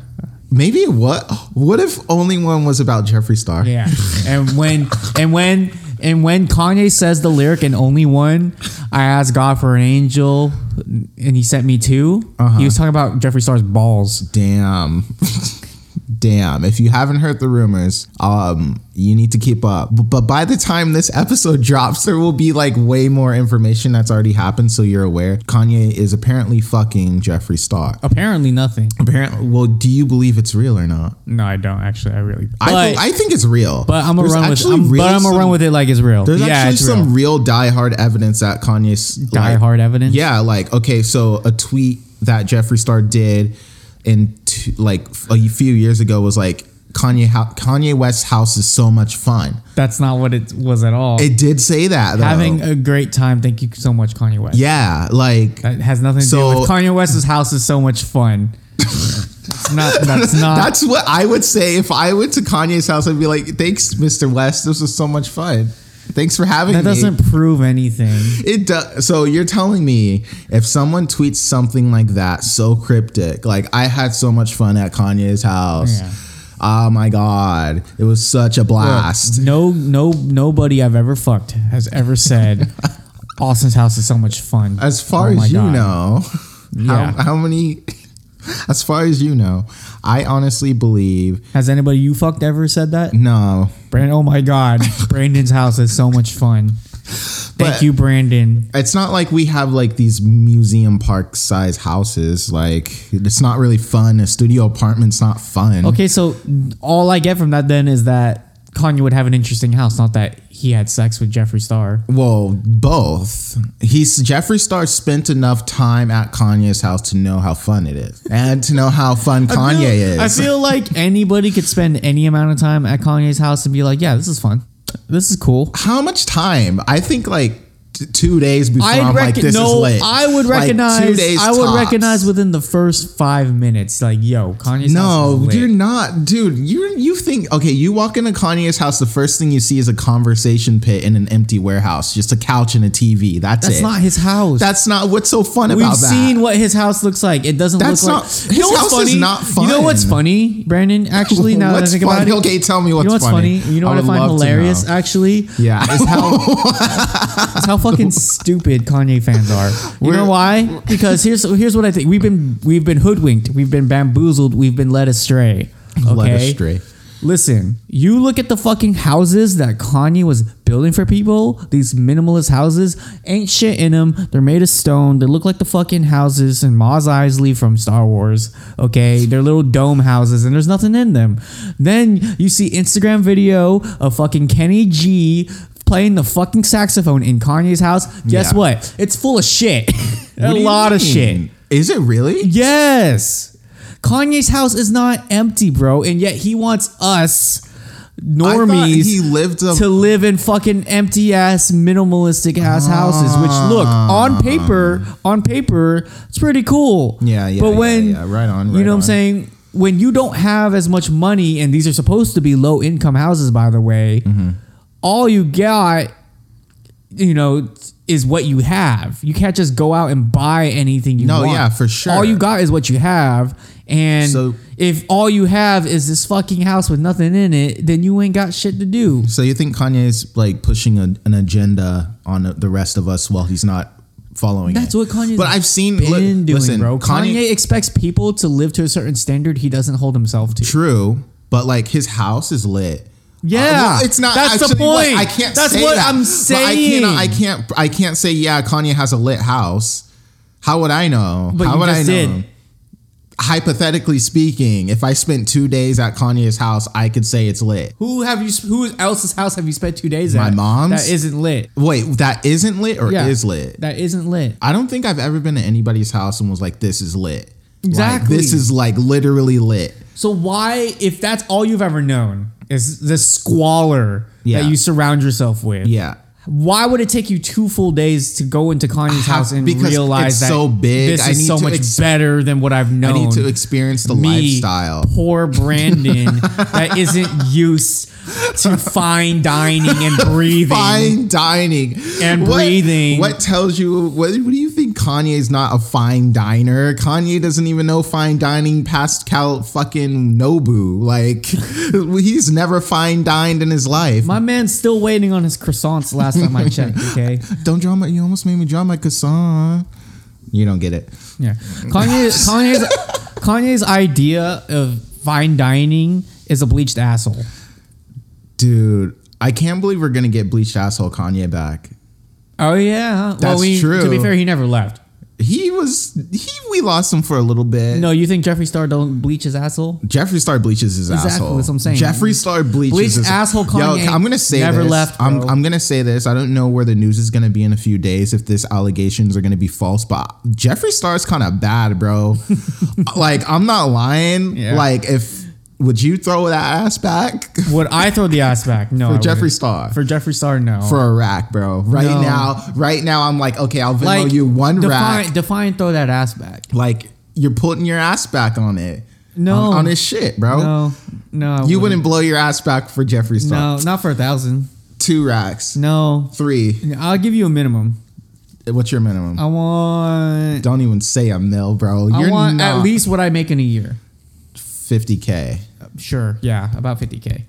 Speaker 1: Maybe it was. What if only one was about Jeffree Star? (laughs)
Speaker 2: Yeah. And when and when and when Kanye says the lyric and only one, I asked God for an angel and he sent me 2
Speaker 1: Uh-huh.
Speaker 2: He was talking about Jeffree Star's balls.
Speaker 1: Damn. (laughs) Damn. If you haven't heard the rumors, um, you need to keep up. B- But by the time this episode (laughs) drops, there will be like way more information that's already happened, so you're aware. Kanye is apparently fucking Jeffree Star.
Speaker 2: Apparently nothing.
Speaker 1: Apparently, well, do you believe it's real or not?
Speaker 2: No, I don't actually. I really
Speaker 1: I,
Speaker 2: but,
Speaker 1: thi- I think it's real.
Speaker 2: but I'm gonna
Speaker 1: There's
Speaker 2: run with
Speaker 1: actually
Speaker 2: I'm,
Speaker 1: really
Speaker 2: but I'm gonna
Speaker 1: some-
Speaker 2: run with it like it's real.
Speaker 1: There's
Speaker 2: yeah,
Speaker 1: actually
Speaker 2: it's
Speaker 1: some
Speaker 2: real.
Speaker 1: real diehard evidence that Kanye's like-
Speaker 2: diehard evidence.
Speaker 1: Yeah, like okay, so a tweet that Jeffree Star did in t- like f- a few years ago was like Kanye ho- Kanye West's house is so much fun.
Speaker 2: That's not what it was at all.
Speaker 1: It did say that though.
Speaker 2: Having a great time. Thank you so much, Kanye West.
Speaker 1: yeah, like
Speaker 2: That has nothing to
Speaker 1: So-
Speaker 2: do with Kanye West's house is so much fun. it's not
Speaker 1: (laughs)
Speaker 2: that's not
Speaker 1: that's what I would say if I went to Kanye's house. I'd be like, "Thanks, Mr. West. This was so much fun." Thanks for having
Speaker 2: That
Speaker 1: me.
Speaker 2: doesn't prove anything.
Speaker 1: It does. So you're telling me if someone tweets something like that, so cryptic, like I had so much fun at Kanye's house.
Speaker 2: Yeah.
Speaker 1: Oh my god, it was such a blast.
Speaker 2: No, no, nobody I've ever fucked has
Speaker 1: (laughs)
Speaker 2: ever said Austin's house is so much fun.
Speaker 1: As far
Speaker 2: Oh my
Speaker 1: as you
Speaker 2: God.
Speaker 1: know, (laughs)
Speaker 2: Yeah.
Speaker 1: how, how many? As far as you know, I honestly believe
Speaker 2: has anybody you fucked ever said that?
Speaker 1: no.
Speaker 2: Brandon, oh
Speaker 1: (laughs)
Speaker 2: my god, Brandon's house is so much fun. Thank
Speaker 1: But-
Speaker 2: you, Brandon.
Speaker 1: It's not like we have like these museum park size houses. Like it's not really fun. A studio apartment's not fun.
Speaker 2: Okay, so all I get from that then is that Kanye would have an interesting house, not that he had sex with Jeffree Star.
Speaker 1: Well, both. He's Jeffree Star spent enough time at Kanye's house to know how fun it is, and to know how fun Kanye is.
Speaker 2: I feel like anybody could spend any amount of time at Kanye's house and be like, yeah, this is fun. This is cool.
Speaker 1: how much time? I think like t- two days before
Speaker 2: I
Speaker 1: I'm like,
Speaker 2: reckon,
Speaker 1: this
Speaker 2: no,
Speaker 1: is lit.
Speaker 2: I
Speaker 1: Like,
Speaker 2: would
Speaker 1: two
Speaker 2: recognize.
Speaker 1: days
Speaker 2: I would
Speaker 1: tops.
Speaker 2: recognize within the first five minutes, like, yo, Kanye's house.
Speaker 1: No,
Speaker 2: is lit.
Speaker 1: you're not, dude. You you think okay? You walk into Kanye's house, the first thing you see is a conversation pit in an empty warehouse, just a couch and a TV. That's,
Speaker 2: That's
Speaker 1: it.
Speaker 2: not his house.
Speaker 1: That's not what's so fun
Speaker 2: We've
Speaker 1: about that.
Speaker 2: seen what his house looks like. It doesn't
Speaker 1: That's
Speaker 2: look
Speaker 1: not- his
Speaker 2: like
Speaker 1: house is not
Speaker 2: You know what's
Speaker 1: fun.
Speaker 2: funny,
Speaker 1: (laughs)
Speaker 2: Brandon? Actually, now
Speaker 1: What's
Speaker 2: that I think
Speaker 1: funny?
Speaker 2: about it,
Speaker 1: Okay, tell me
Speaker 2: you know
Speaker 1: what's
Speaker 2: what's
Speaker 1: funny.
Speaker 2: funny? You know
Speaker 1: I
Speaker 2: what I
Speaker 1: would
Speaker 2: find
Speaker 1: love to
Speaker 2: hilarious?
Speaker 1: know.
Speaker 2: Actually, (laughs)
Speaker 1: Yeah.
Speaker 2: is
Speaker 1: (laughs)
Speaker 2: how is how fucking stupid Kanye fans are. You know
Speaker 1: We're-
Speaker 2: why? Because here's here's what I think. We've been we've been hoodwinked. We've been bamboozled. We've been led astray. Okay?
Speaker 1: Led astray.
Speaker 2: Listen, you look at the fucking houses that Kanye was building for people. These minimalist houses ain't shit in them. They're made of stone. They look like the fucking houses in Maz Eisley from Star Wars. Okay, they're little dome houses, and there's nothing in them. Then you see Instagram video of fucking Kenny G playing the fucking saxophone in Kanye's house. Guess
Speaker 1: Yeah.
Speaker 2: what? It's full of shit. (laughs)
Speaker 1: What
Speaker 2: A
Speaker 1: do you
Speaker 2: lot of
Speaker 1: mean?
Speaker 2: shit.
Speaker 1: Is it really?
Speaker 2: Yes. Kanye's house is not empty, bro, and yet he wants us normies
Speaker 1: he lived a-
Speaker 2: to live in fucking empty ass minimalistic ass houses which look
Speaker 1: Ah.
Speaker 2: on paper on paper it's pretty cool
Speaker 1: Yeah, yeah,
Speaker 2: but
Speaker 1: yeah,
Speaker 2: when
Speaker 1: yeah. Right on,
Speaker 2: you
Speaker 1: right
Speaker 2: know what i'm
Speaker 1: on.
Speaker 2: saying when you don't have as much money and these are supposed to be low income houses by the way
Speaker 1: Mm-hmm.
Speaker 2: all you got you know is what you have. You can't just go out and buy anything you
Speaker 1: No,
Speaker 2: want.
Speaker 1: yeah, for sure.
Speaker 2: All you got is what you have. And
Speaker 1: So-
Speaker 2: if all you have is this fucking house with nothing in it, then you ain't got shit to do.
Speaker 1: So you think Kanye's like pushing a, an agenda on the rest of us while he's not following
Speaker 2: That's
Speaker 1: it?
Speaker 2: what Kanye's
Speaker 1: But I've seen
Speaker 2: been
Speaker 1: li-
Speaker 2: doing,
Speaker 1: listen,
Speaker 2: bro. Kanye,
Speaker 1: Kanye
Speaker 2: expects people to live to a certain standard he doesn't hold himself to.
Speaker 1: True, but like his house is lit.
Speaker 2: Yeah,
Speaker 1: Uh, well, it's not.
Speaker 2: That's the
Speaker 1: actually lit.
Speaker 2: point.
Speaker 1: I can't.
Speaker 2: That's
Speaker 1: say
Speaker 2: what
Speaker 1: that.
Speaker 2: I'm
Speaker 1: But
Speaker 2: saying.
Speaker 1: I can't. I can't. I can't say yeah. Kanye has a lit house. How would I know?
Speaker 2: But
Speaker 1: How
Speaker 2: you
Speaker 1: would
Speaker 2: just
Speaker 1: I know?
Speaker 2: did.
Speaker 1: Hypothetically speaking, if I spent two days at Kanye's house, I could say it's lit.
Speaker 2: Who have you? Who else's house have you spent two days
Speaker 1: My
Speaker 2: at?
Speaker 1: mom's?
Speaker 2: That isn't lit.
Speaker 1: Wait, that isn't lit or
Speaker 2: Yeah,
Speaker 1: is lit?
Speaker 2: That isn't lit.
Speaker 1: I don't think I've ever been to anybody's house and was like, "This is lit." Like,
Speaker 2: Exactly.
Speaker 1: this is like literally lit.
Speaker 2: So why, if that's all you've ever known, is the squalor
Speaker 1: Yeah.
Speaker 2: that you surround yourself with?
Speaker 1: Yeah.
Speaker 2: Why would it take you two full days to go into Kanye's
Speaker 1: have-
Speaker 2: house and
Speaker 1: because
Speaker 2: realize
Speaker 1: it's
Speaker 2: that
Speaker 1: so big,
Speaker 2: This
Speaker 1: I
Speaker 2: is
Speaker 1: need
Speaker 2: so
Speaker 1: to
Speaker 2: much
Speaker 1: ex-
Speaker 2: better than what I've
Speaker 1: I
Speaker 2: known.
Speaker 1: need to experience the
Speaker 2: Me,
Speaker 1: lifestyle. (laughs)
Speaker 2: Poor Brandon, that isn't used to fine dining
Speaker 1: (laughs)
Speaker 2: and breathing.
Speaker 1: Fine dining
Speaker 2: And
Speaker 1: What-
Speaker 2: breathing.
Speaker 1: What tells you? What, what do you think? Kanye's not a fine diner. Kanye doesn't even know fine dining past Cal fucking Nobu. Like (laughs) he's never fine dined in his life.
Speaker 2: My man's still waiting on his croissants. Last time I checked, okay.
Speaker 1: Don't draw my. You almost made me draw my croissant. You don't get it.
Speaker 2: Yeah. Kanye, (laughs) Kanye's, Kanye's idea of fine dining is a bleached asshole.
Speaker 1: Dude, I can't believe we're gonna get bleached asshole Kanye back.
Speaker 2: Oh yeah, well,
Speaker 1: That's
Speaker 2: we, To be
Speaker 1: true.
Speaker 2: fair, he never left.
Speaker 1: He was he. We lost him for a little bit.
Speaker 2: No, you think Jeffree Star don't bleach his asshole?
Speaker 1: Jeffree Star bleaches his
Speaker 2: Exactly,
Speaker 1: asshole.
Speaker 2: that's what I'm saying.
Speaker 1: Jeffree Star bleaches
Speaker 2: Bleached
Speaker 1: his
Speaker 2: asshole Kanye
Speaker 1: Yo, I'm gonna say
Speaker 2: never
Speaker 1: this.
Speaker 2: left,
Speaker 1: I'm,
Speaker 2: bro.
Speaker 1: I'm gonna say this. I don't know where the news is gonna be in a few days if this allegations are gonna be false, but Jeffree Star is kind of bad,
Speaker 2: (laughs)
Speaker 1: bro. like I'm not lying.
Speaker 2: Yeah.
Speaker 1: Like if would you throw that ass back
Speaker 2: (laughs)
Speaker 1: (laughs)
Speaker 2: Would I throw the ass back? No,
Speaker 1: for
Speaker 2: I wouldn't.
Speaker 1: Jeffree Star?
Speaker 2: For Jeffree Star, no.
Speaker 1: for a rack, bro. Right
Speaker 2: No.
Speaker 1: now, right now, I'm like, okay, I'll Venmo you one
Speaker 2: define,
Speaker 1: rack.
Speaker 2: Define throw that ass back.
Speaker 1: Like you're putting your ass back on it.
Speaker 2: No.
Speaker 1: on, on this shit, bro.
Speaker 2: No, no, I
Speaker 1: You wouldn't blow your ass back for Jeffree Star.
Speaker 2: No, not for a thousand.
Speaker 1: Two racks.
Speaker 2: No,
Speaker 1: Three.
Speaker 2: I'll give you a minimum.
Speaker 1: What's your minimum?
Speaker 2: I want.
Speaker 1: Don't even say a mil, bro. You're
Speaker 2: I want
Speaker 1: not
Speaker 2: at least what I make in a year.
Speaker 1: 50K.
Speaker 2: Sure. Yeah, about 50k.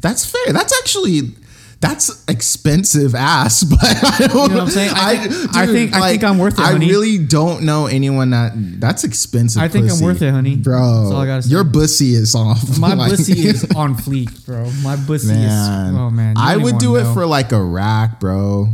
Speaker 1: That's fair. That's actually that's expensive ass, (laughs) but I don't,
Speaker 2: know what I'm saying? I think- I think- I think I'm worth it,
Speaker 1: I
Speaker 2: honey.
Speaker 1: really don't know anyone that that's expensive.
Speaker 2: I think I'm
Speaker 1: pussy.
Speaker 2: worth it, honey.
Speaker 1: bro.
Speaker 2: That's all I gotta say.
Speaker 1: Your bussy is off. (laughs)
Speaker 2: My
Speaker 1: Like,
Speaker 2: bussy is on fleek, bro. My bussy
Speaker 1: man.
Speaker 2: is. Oh man. you
Speaker 1: I
Speaker 2: don't
Speaker 1: would
Speaker 2: even
Speaker 1: do
Speaker 2: wanna
Speaker 1: it
Speaker 2: know.
Speaker 1: for like a rack, bro.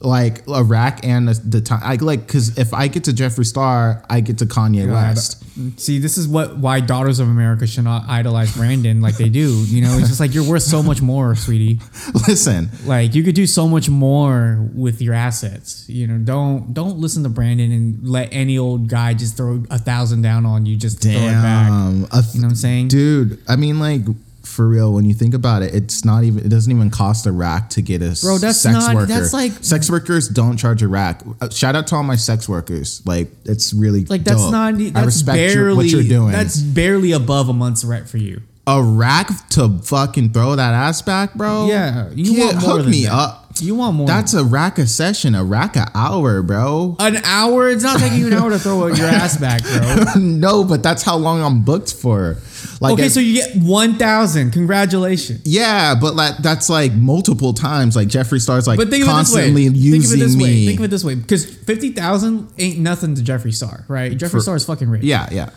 Speaker 1: Like a rack and the, the time. I like because if I get to Jeffree Star, I get to Kanye West. (laughs)
Speaker 2: See, this is what why Daughters of America should not idolize Brandon like they do. You know, it's just like you're worth so much more, sweetie.
Speaker 1: Listen,
Speaker 2: Like you could do so much more with your assets. You know, don't don't listen to Brandon and let any old guy just throw a thousand down on you. Just throw it back.
Speaker 1: damn, um, a th-
Speaker 2: You know what I'm saying?
Speaker 1: dude. I mean, like for real, when you think about it, it's not even. It doesn't even cost a rack to get a
Speaker 2: Bro, that's
Speaker 1: sex
Speaker 2: not-
Speaker 1: worker.
Speaker 2: that's like-
Speaker 1: sex workers don't charge a rack. Uh, Shout out to all my sex workers. Like it's really
Speaker 2: Like that's
Speaker 1: dope.
Speaker 2: not. e, That's
Speaker 1: I respect
Speaker 2: barely
Speaker 1: your, what you're doing.
Speaker 2: That's barely above a month's rent for you.
Speaker 1: a rack to fucking throw that ass back, bro.
Speaker 2: Yeah, you
Speaker 1: you
Speaker 2: want more
Speaker 1: hook
Speaker 2: than
Speaker 1: me
Speaker 2: that.
Speaker 1: up.
Speaker 2: You want more?
Speaker 1: That's a rack a session, a rack a hour, bro. (laughs)
Speaker 2: an hour. It's not taking you an hour to throw your ass back, bro.
Speaker 1: no, but that's how long I'm booked for. Like,
Speaker 2: Okay,
Speaker 1: if-
Speaker 2: so you get one thousand. Congratulations.
Speaker 1: yeah, but like that's like multiple times. Like Jeffree Star's like
Speaker 2: But think of
Speaker 1: constantly
Speaker 2: it this way.
Speaker 1: using
Speaker 2: think of it this
Speaker 1: me.
Speaker 2: way. Think of it this way. Because fifty thousand ain't nothing to Jeffree Star, right? Jeffree
Speaker 1: For-
Speaker 2: Star is fucking rich.
Speaker 1: yeah, yeah.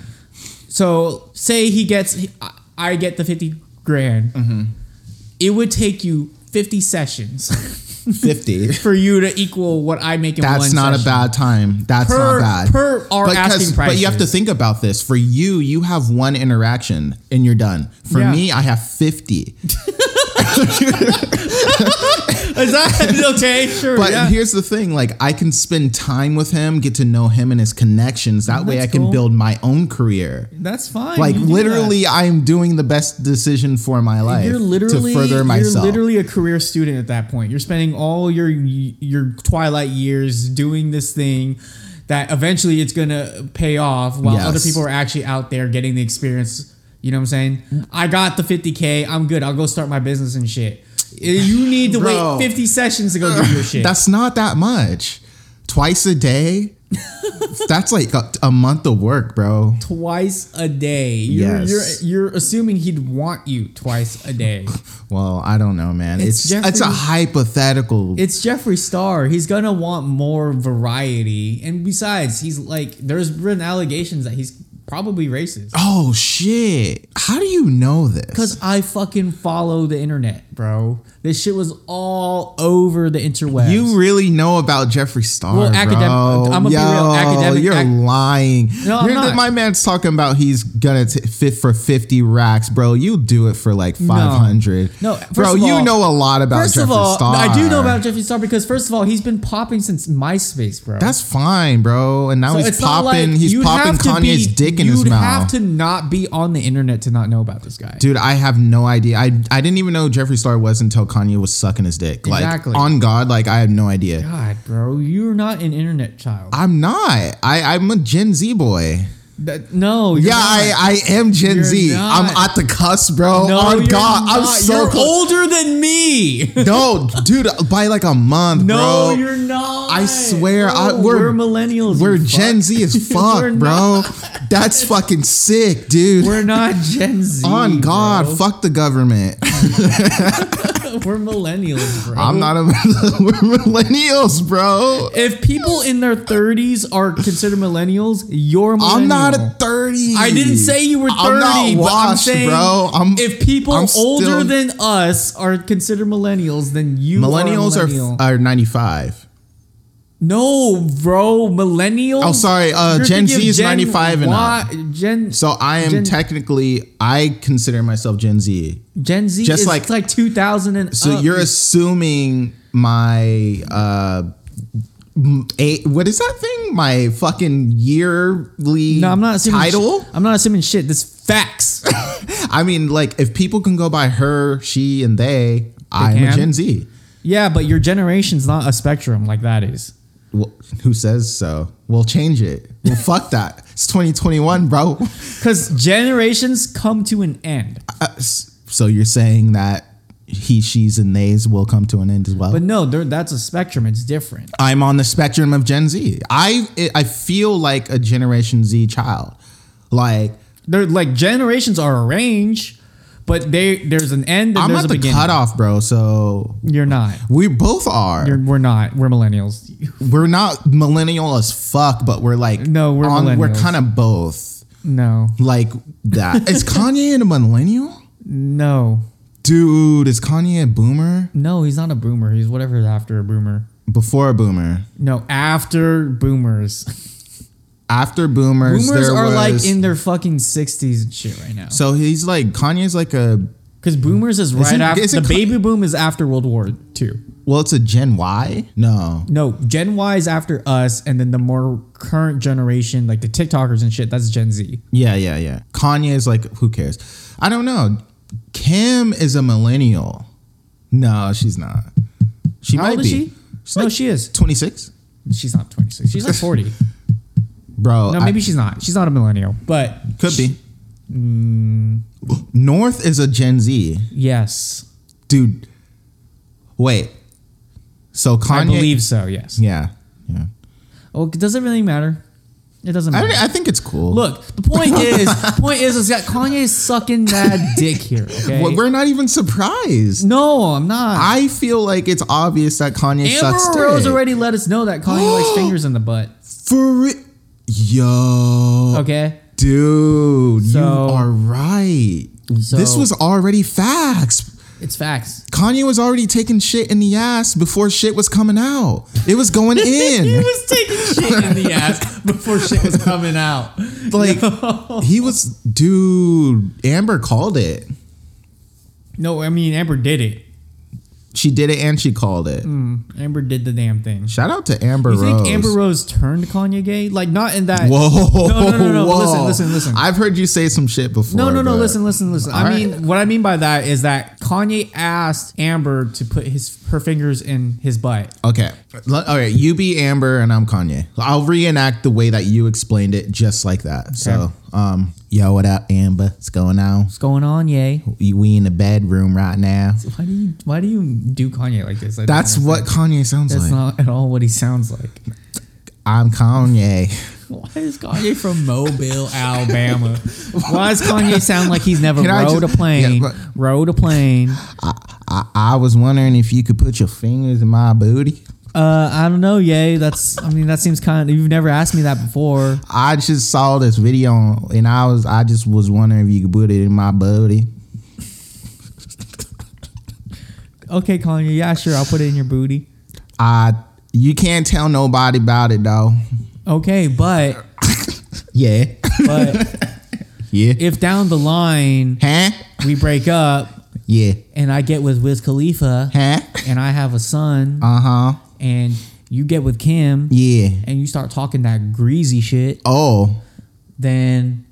Speaker 2: So say he gets, he- I- I get the fifty grand.
Speaker 1: Mm-hmm.
Speaker 2: It would take you fifty sessions
Speaker 1: (laughs)
Speaker 2: (laughs)
Speaker 1: 50.
Speaker 2: for you to equal what I make in
Speaker 1: That's
Speaker 2: one.
Speaker 1: not
Speaker 2: session.
Speaker 1: a bad time. That's not
Speaker 2: Per-
Speaker 1: bad.
Speaker 2: per our asking
Speaker 1: But you have to
Speaker 2: prices.
Speaker 1: think about this. For you, you have one interaction and you're done. For
Speaker 2: Yeah.
Speaker 1: me, I have 50.
Speaker 2: (laughs) Is that okay? Sure.
Speaker 1: But
Speaker 2: yeah.
Speaker 1: here's the thing: like I can spend time with him, get to know him and his connections. That way, I
Speaker 2: That's
Speaker 1: can
Speaker 2: cool.
Speaker 1: build my own career.
Speaker 2: that's fine.
Speaker 1: Like
Speaker 2: You do that.
Speaker 1: literally, I'm doing the best decision for my life
Speaker 2: You're literally
Speaker 1: to further myself.
Speaker 2: You're literally a career student at that point. You're spending all your your twilight years doing this thing that eventually it's gonna pay off while
Speaker 1: Yes.
Speaker 2: other people are actually out there getting the experience. You know what I'm saying? I got the 50k. I'm good. I'll go start my business and shit. You need to
Speaker 1: (laughs) Bro.
Speaker 2: wait 50 sessions to go do your shit.
Speaker 1: That's not that much. Twice a
Speaker 2: (laughs)
Speaker 1: day. that's like a, a month of work, bro.
Speaker 2: twice a day. You're,
Speaker 1: Yes.
Speaker 2: you're you're assuming he'd want you twice a day.
Speaker 1: Well, I don't know, man.
Speaker 2: It's
Speaker 1: It's it's, a
Speaker 2: Jeffrey-
Speaker 1: hypothetical.
Speaker 2: It's Jeffree Star. He's gonna want more variety. And besides, he's like, there's been allegations that he's probably racist.
Speaker 1: oh shit! How do you know this?
Speaker 2: Cause I fucking follow the internet, bro. This shit was all over the interwebs.
Speaker 1: You really know about Jeffree Star,
Speaker 2: Well,
Speaker 1: bro.
Speaker 2: academic- I'ma be real, academic-
Speaker 1: You're
Speaker 2: ac-
Speaker 1: lying.
Speaker 2: No, I'm
Speaker 1: You're the-
Speaker 2: not.
Speaker 1: My man's talking about he's gonna t- fit for 50 racks, bro. You do it for like 500.
Speaker 2: No, first
Speaker 1: bro,
Speaker 2: of
Speaker 1: you
Speaker 2: all-
Speaker 1: know a lot about
Speaker 2: first
Speaker 1: Jeffree
Speaker 2: of all,
Speaker 1: Star.
Speaker 2: I do know about Jeffree Star because first of all, he's been popping since MySpace, bro.
Speaker 1: That's fine, bro. And now
Speaker 2: So
Speaker 1: he's
Speaker 2: it's not
Speaker 1: popping.
Speaker 2: like-
Speaker 1: he's
Speaker 2: you'd
Speaker 1: popping
Speaker 2: have to
Speaker 1: Kanye's
Speaker 2: be-
Speaker 1: dick in his
Speaker 2: You'd
Speaker 1: mouth.
Speaker 2: have to not be on the internet to not know about this guy.
Speaker 1: Dude, I have no idea. I I didn't even know Jeffree Star was until Kanye was sucking his dick. Like
Speaker 2: Exactly.
Speaker 1: on God, like I had no idea.
Speaker 2: God, bro, you're not an internet child.
Speaker 1: I'm not. I I'm a Gen Z boy.
Speaker 2: That- no, you're
Speaker 1: Yeah,
Speaker 2: not.
Speaker 1: I, I am general
Speaker 2: You're
Speaker 1: Z. am
Speaker 2: not.
Speaker 1: at the cusp, bro. on
Speaker 2: you're
Speaker 1: Oh God, I'm
Speaker 2: not.
Speaker 1: so
Speaker 2: you're
Speaker 1: close.
Speaker 2: older
Speaker 1: (laughs)
Speaker 2: than me.
Speaker 1: No, dude, by like a month,
Speaker 2: No,
Speaker 1: bro.
Speaker 2: you're not.
Speaker 1: I swear, I-
Speaker 2: Bro,
Speaker 1: we're-
Speaker 2: millennials.
Speaker 1: We're
Speaker 2: you fuck.
Speaker 1: Gen Z as fuck,
Speaker 2: (laughs) We're
Speaker 1: bro.
Speaker 2: not.
Speaker 1: That's fucking sick, dude.
Speaker 2: We're not
Speaker 1: (laughs)
Speaker 2: Gen Z.
Speaker 1: on God,
Speaker 2: bro.
Speaker 1: fuck the government.
Speaker 2: (laughs) We're millennials, bro.
Speaker 1: I'm not a (laughs) we're millennials, bro.
Speaker 2: If people in their 30s are considered millennials, you're a millennial.
Speaker 1: I'm not a 30.
Speaker 2: I didn't say you were 30,
Speaker 1: I'm not
Speaker 2: but I'm
Speaker 1: washed,
Speaker 2: saying
Speaker 1: bro. I'm,
Speaker 2: if people
Speaker 1: I'm
Speaker 2: older
Speaker 1: still-
Speaker 2: than us are considered millennials, then you
Speaker 1: millennials
Speaker 2: are, a
Speaker 1: are,
Speaker 2: millennial.
Speaker 1: f- are 95.
Speaker 2: No, bro, millennials.
Speaker 1: Oh, sorry, uh,
Speaker 2: You're
Speaker 1: Gen
Speaker 2: thinking
Speaker 1: Z
Speaker 2: of
Speaker 1: is 95 and up.
Speaker 2: Y- Gen
Speaker 1: So I am
Speaker 2: Gen-
Speaker 1: technically I consider myself Gen Z.
Speaker 2: Gen Z
Speaker 1: just
Speaker 2: is
Speaker 1: like-
Speaker 2: like, 2000 and
Speaker 1: So
Speaker 2: up.
Speaker 1: you're assuming my uh m- a what is that thing? My fucking yearly
Speaker 2: no, I'm not assuming
Speaker 1: title?
Speaker 2: Shit. I'm not assuming shit. This facts.
Speaker 1: (laughs) I mean, like if people can go by her, she and they, I'm a
Speaker 2: can.
Speaker 1: Gen Z.
Speaker 2: yeah, but your generation's not a spectrum like that is.
Speaker 1: Well, who says so? We'll change it.
Speaker 2: (laughs)
Speaker 1: Well, fuck that. It's 2021, bro. (laughs)
Speaker 2: Because generations come to an end.
Speaker 1: Uh, s- so you're saying that he, she's, and theys will come to an end as well.
Speaker 2: But no, there- that's a spectrum. It's different.
Speaker 1: I'm on the spectrum of Gen Z. I I feel like a Generation Z child. Like
Speaker 2: They're like generations are a range, but they there's an end and
Speaker 1: I'm
Speaker 2: there's
Speaker 1: at
Speaker 2: a
Speaker 1: the
Speaker 2: beginning.
Speaker 1: cutoff, bro. So
Speaker 2: You're not.
Speaker 1: we both are.
Speaker 2: You're, we're not. We're millennials.
Speaker 1: we're not millennial as fuck, but we're like
Speaker 2: No, we're
Speaker 1: we're
Speaker 2: millennials.
Speaker 1: kind of both
Speaker 2: No,
Speaker 1: like
Speaker 2: (laughs)
Speaker 1: that. is Kanye a millennial?
Speaker 2: no,
Speaker 1: Dude, is Kanye a boomer?
Speaker 2: no. He's not a boomer. He's whatever after a boomer.
Speaker 1: Before a boomer,
Speaker 2: No, after boomers.
Speaker 1: after boomers,
Speaker 2: Boomers
Speaker 1: there
Speaker 2: are
Speaker 1: was,
Speaker 2: like in their fucking sixties and shit right now.
Speaker 1: So he's like Kanye's like a
Speaker 2: Because boomers is right
Speaker 1: Hmm. Isn't-
Speaker 2: after
Speaker 1: isn't
Speaker 2: the
Speaker 1: Kanye-
Speaker 2: baby boom is after World War Two.
Speaker 1: well, it's a Gen Y. No,
Speaker 2: No, Gen Y is after us, and then the more current generation, like the TikTokers and shit, that's Gen Z.
Speaker 1: yeah, yeah, yeah. Kanye is like who cares? I don't know. Kim is a millennial. No, she's not. She
Speaker 2: How
Speaker 1: might be.
Speaker 2: old is she?
Speaker 1: She's
Speaker 2: no,
Speaker 1: like
Speaker 2: she is.
Speaker 1: twenty six,
Speaker 2: She's not 26. She's
Speaker 1: (laughs)
Speaker 2: like 40.
Speaker 1: bro.
Speaker 2: no,
Speaker 1: I-
Speaker 2: maybe she's not. She's not a millennial. But
Speaker 1: Could be.
Speaker 2: mm.
Speaker 1: North is a Gen Z.
Speaker 2: yes,
Speaker 1: Dude. Wait. So Kanye.
Speaker 2: I believe so. Yes.
Speaker 1: Yeah. Yeah.
Speaker 2: Oh, does it really matter? It doesn't
Speaker 1: I,
Speaker 2: matter.
Speaker 1: don't- I think it's cool.
Speaker 2: Look, the point is, the point is, is that Kanye's sucking that
Speaker 1: (laughs)
Speaker 2: dick here. Okay.
Speaker 1: Well, we're not even surprised.
Speaker 2: no, I'm not.
Speaker 1: I feel like it's obvious that Kanye sucks
Speaker 2: Amber Rose
Speaker 1: dick.
Speaker 2: already let us know that Kanye likes
Speaker 1: (gasps)
Speaker 2: fingers in the butt.
Speaker 1: For it. Yo.
Speaker 2: Okay.
Speaker 1: Dude, you
Speaker 2: So-
Speaker 1: are right. this
Speaker 2: So-
Speaker 1: was already facts.
Speaker 2: It's facts.
Speaker 1: Kanye was already taking shit in the ass before shit was coming out. It was
Speaker 2: (laughs)
Speaker 1: going in.
Speaker 2: He was taking shit in
Speaker 1: (laughs)
Speaker 2: the ass before shit was coming out.
Speaker 1: Like he was, dude. Amber called it.
Speaker 2: (laughs) No, I mean Amber did it.
Speaker 1: She did it, and she called it.
Speaker 2: Amber did the damn thing.
Speaker 1: Shout out to Amber
Speaker 2: Mm. You
Speaker 1: Rose.
Speaker 2: think Amber Rose turned Kanye gay? Like not in that.
Speaker 1: Whoa!
Speaker 2: No, no, no, no.
Speaker 1: whoa.
Speaker 2: Listen, listen, listen.
Speaker 1: I've heard you say some shit before.
Speaker 2: no, no, no.
Speaker 1: but-
Speaker 2: Listen, listen, listen. I
Speaker 1: All right.
Speaker 2: mean, what I mean by that is that Kanye asked Amber to put his her fingers in his butt.
Speaker 1: Okay. L- All right. You be Amber, and I'm Kanye. I'll reenact the way that you explained it, just like that. So, um, yo, what up, Amber? What's going on?
Speaker 2: What's going on, yay?
Speaker 1: You- We in the bedroom right now.
Speaker 2: Why do you why do you do Kanye like this? I don't
Speaker 1: That's what
Speaker 2: understand.
Speaker 1: Kanye sounds
Speaker 2: That's
Speaker 1: like.
Speaker 2: not at all what he sounds like. (laughs)
Speaker 1: I'm Kanye.
Speaker 2: Why is Kanye from Mobile, Alabama? Why does Kanye sound like he's never
Speaker 1: Can I
Speaker 2: rode
Speaker 1: just-
Speaker 2: a plane?
Speaker 1: Yeah, but-
Speaker 2: rode a plane.
Speaker 1: I, I was wondering if you could put your fingers in my booty.
Speaker 2: Uh, I don't know, yay. That's I mean that seems kind. Of, you've never asked me that before.
Speaker 1: I just saw this video on- and I was I just was wondering if you could put it in my booty.
Speaker 2: Okay, Kanye. Yeah, sure. I'll put it in your booty.
Speaker 1: I you can't tell nobody about it though.
Speaker 2: Okay, but
Speaker 1: Yeah. (laughs)
Speaker 2: but
Speaker 1: Yeah.
Speaker 2: if down the line
Speaker 1: huh?
Speaker 2: we break up
Speaker 1: Yeah.
Speaker 2: and I get with Wiz Khalifa
Speaker 1: Huh?
Speaker 2: and I have a son
Speaker 1: Uh-huh.
Speaker 2: and you get with Kim
Speaker 1: Yeah.
Speaker 2: and you start talking that greasy shit,
Speaker 1: Oh.
Speaker 2: then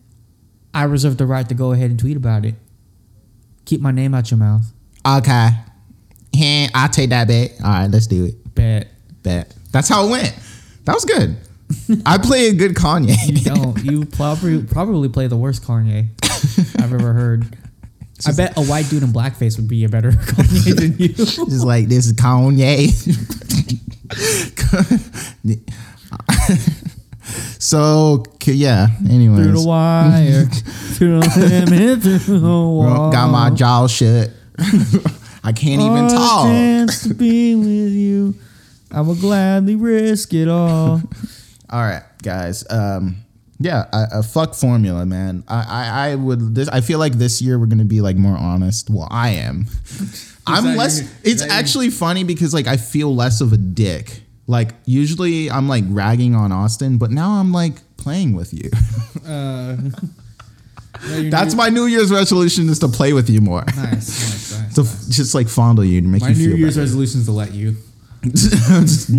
Speaker 2: I reserve the right to go ahead and tweet about it. Keep my name out your mouth.
Speaker 1: Okay. Huh, I'll take that back. All right, let's do it.
Speaker 2: Bet.
Speaker 1: Bet. That's how it went. That was good. I played good Kanye.
Speaker 2: You (laughs) don't. you probably probably play the worst Kanye I've ever (laughs) heard. I bet a white dude in blackface would be a better (laughs) Kanye than
Speaker 1: (laughs)
Speaker 2: you.
Speaker 1: Just like this is Kanye. (laughs) so k- yeah. Anyways,
Speaker 2: through the wire, (laughs) through the (laughs) limit, through the wall.
Speaker 1: got my jaw shut. (laughs) I can't even
Speaker 2: What a
Speaker 1: talk.
Speaker 2: chance to be with you. I will gladly risk it (laughs) all.
Speaker 1: All right, guys. Um, yeah, a, a fuck formula, man. I, I, I would. This, I feel like this year we're gonna be like more honest. Well, I am. I'm
Speaker 2: that
Speaker 1: less.
Speaker 2: your-
Speaker 1: it's actually funny because like I feel less of a dick. Like usually I'm like ragging on Austin, but now I'm like playing with you. (laughs) That's my New Year's resolution is to play with you more. (laughs) to f- just like fondle you to make you feel better.
Speaker 2: resolution is to let you.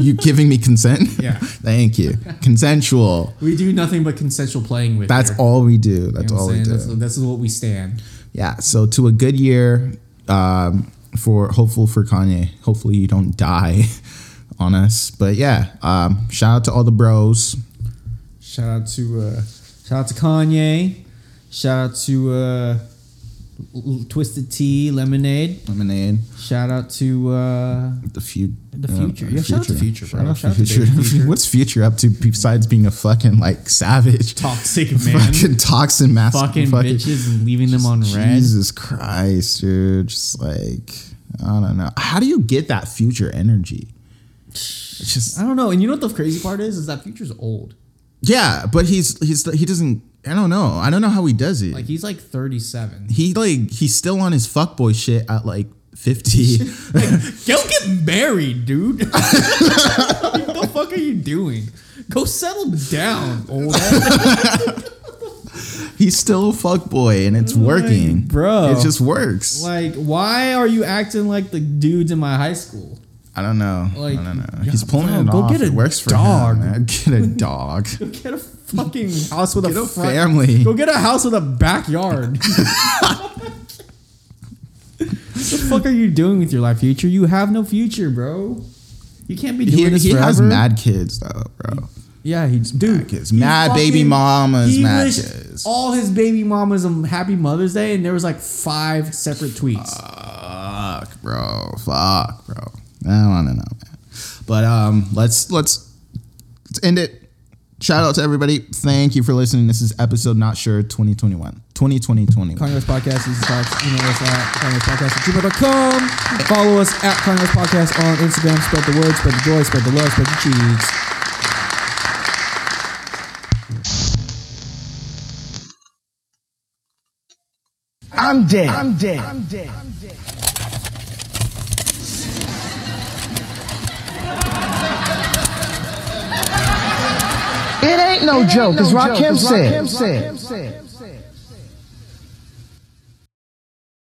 Speaker 1: (laughs) you giving me consent?
Speaker 2: Yeah.
Speaker 1: (laughs) Thank you. Consensual.
Speaker 2: We do nothing but consensual playing with.
Speaker 1: That's all we do. That's all we do.
Speaker 2: this is what we stand.
Speaker 1: yeah. So to a good year, um, for hopeful for Kanye. Hopefully you don't die (laughs) on us. But yeah, um, shout out to all the bros.
Speaker 2: Shout out to uh, shout out to Kanye. Shout out to uh, L- Twisted Tea, Lemonade.
Speaker 1: Lemonade.
Speaker 2: Shout out to uh,
Speaker 1: The, few,
Speaker 2: The Future. Yeah, shout out to Future, bro.
Speaker 1: Shout out
Speaker 2: Shout out
Speaker 1: to
Speaker 2: to
Speaker 1: future.
Speaker 2: Big
Speaker 1: (laughs)
Speaker 2: Future.
Speaker 1: What's future up to besides being a fucking like savage, (laughs)
Speaker 2: Toxic Man.
Speaker 1: fucking toxin mask,
Speaker 2: fucking, bitches and leaving them on red.
Speaker 1: Jesus Christ, dude. Just like I don't know. How do you get that future energy? It's just
Speaker 2: I don't know. And you know what the crazy part is? Is that Future's old.
Speaker 1: yeah, but he's he's he doesn't. I don't know. I don't know how he does it.
Speaker 2: Like he's like (laughs) 37.
Speaker 1: he like he's still on his fuckboy shit at like fifty. (laughs)
Speaker 2: Go get married, dude. (laughs) what the fuck are you doing? Go settle down, old (laughs) ass.
Speaker 1: he's still a fuckboy, and it's working,
Speaker 2: bro.
Speaker 1: It just works.
Speaker 2: like, why are you acting like the dudes in my high school?
Speaker 1: I don't know.
Speaker 2: Like,
Speaker 1: I don't know.
Speaker 2: yeah,
Speaker 1: He's pulling
Speaker 2: bro,
Speaker 1: it
Speaker 2: go
Speaker 1: off.
Speaker 2: get a
Speaker 1: it works for
Speaker 2: dog.
Speaker 1: him. man. (laughs) Get a dog.
Speaker 2: Get a fucking house with
Speaker 1: Get a
Speaker 2: front-
Speaker 1: family.
Speaker 2: Go get a house with
Speaker 1: (laughs)
Speaker 2: a backyard. what the fuck are you doing with your life, future? You have no future, bro. You can't be doing
Speaker 1: he
Speaker 2: this
Speaker 1: he
Speaker 2: forever.
Speaker 1: has mad kids though, bro.
Speaker 2: Yeah, he's dude.
Speaker 1: mad kids.
Speaker 2: he
Speaker 1: Mad
Speaker 2: fucking-
Speaker 1: baby mamas,
Speaker 2: he
Speaker 1: mad
Speaker 2: wished
Speaker 1: kids.
Speaker 2: All his baby mamas on Happy Mother's Day, and there was like five separate tweets.
Speaker 1: Uh. Fuck, bro. Fuck, bro. I don't know, man. But um, let's let's let's end it. Shout out to everybody. Thank you for listening. This is episode not sure 2021. 2020
Speaker 2: Kanye West Podcast, Jesus Talks, email us at Podcast at gmail.com. Follow us at Kanye West Podcast on Instagram. Spread the word, spread the joy, spread the love, spread the cheese.
Speaker 8: I'm dead. I'm dead. I'm dead. It ain't no joke, as Rakim said.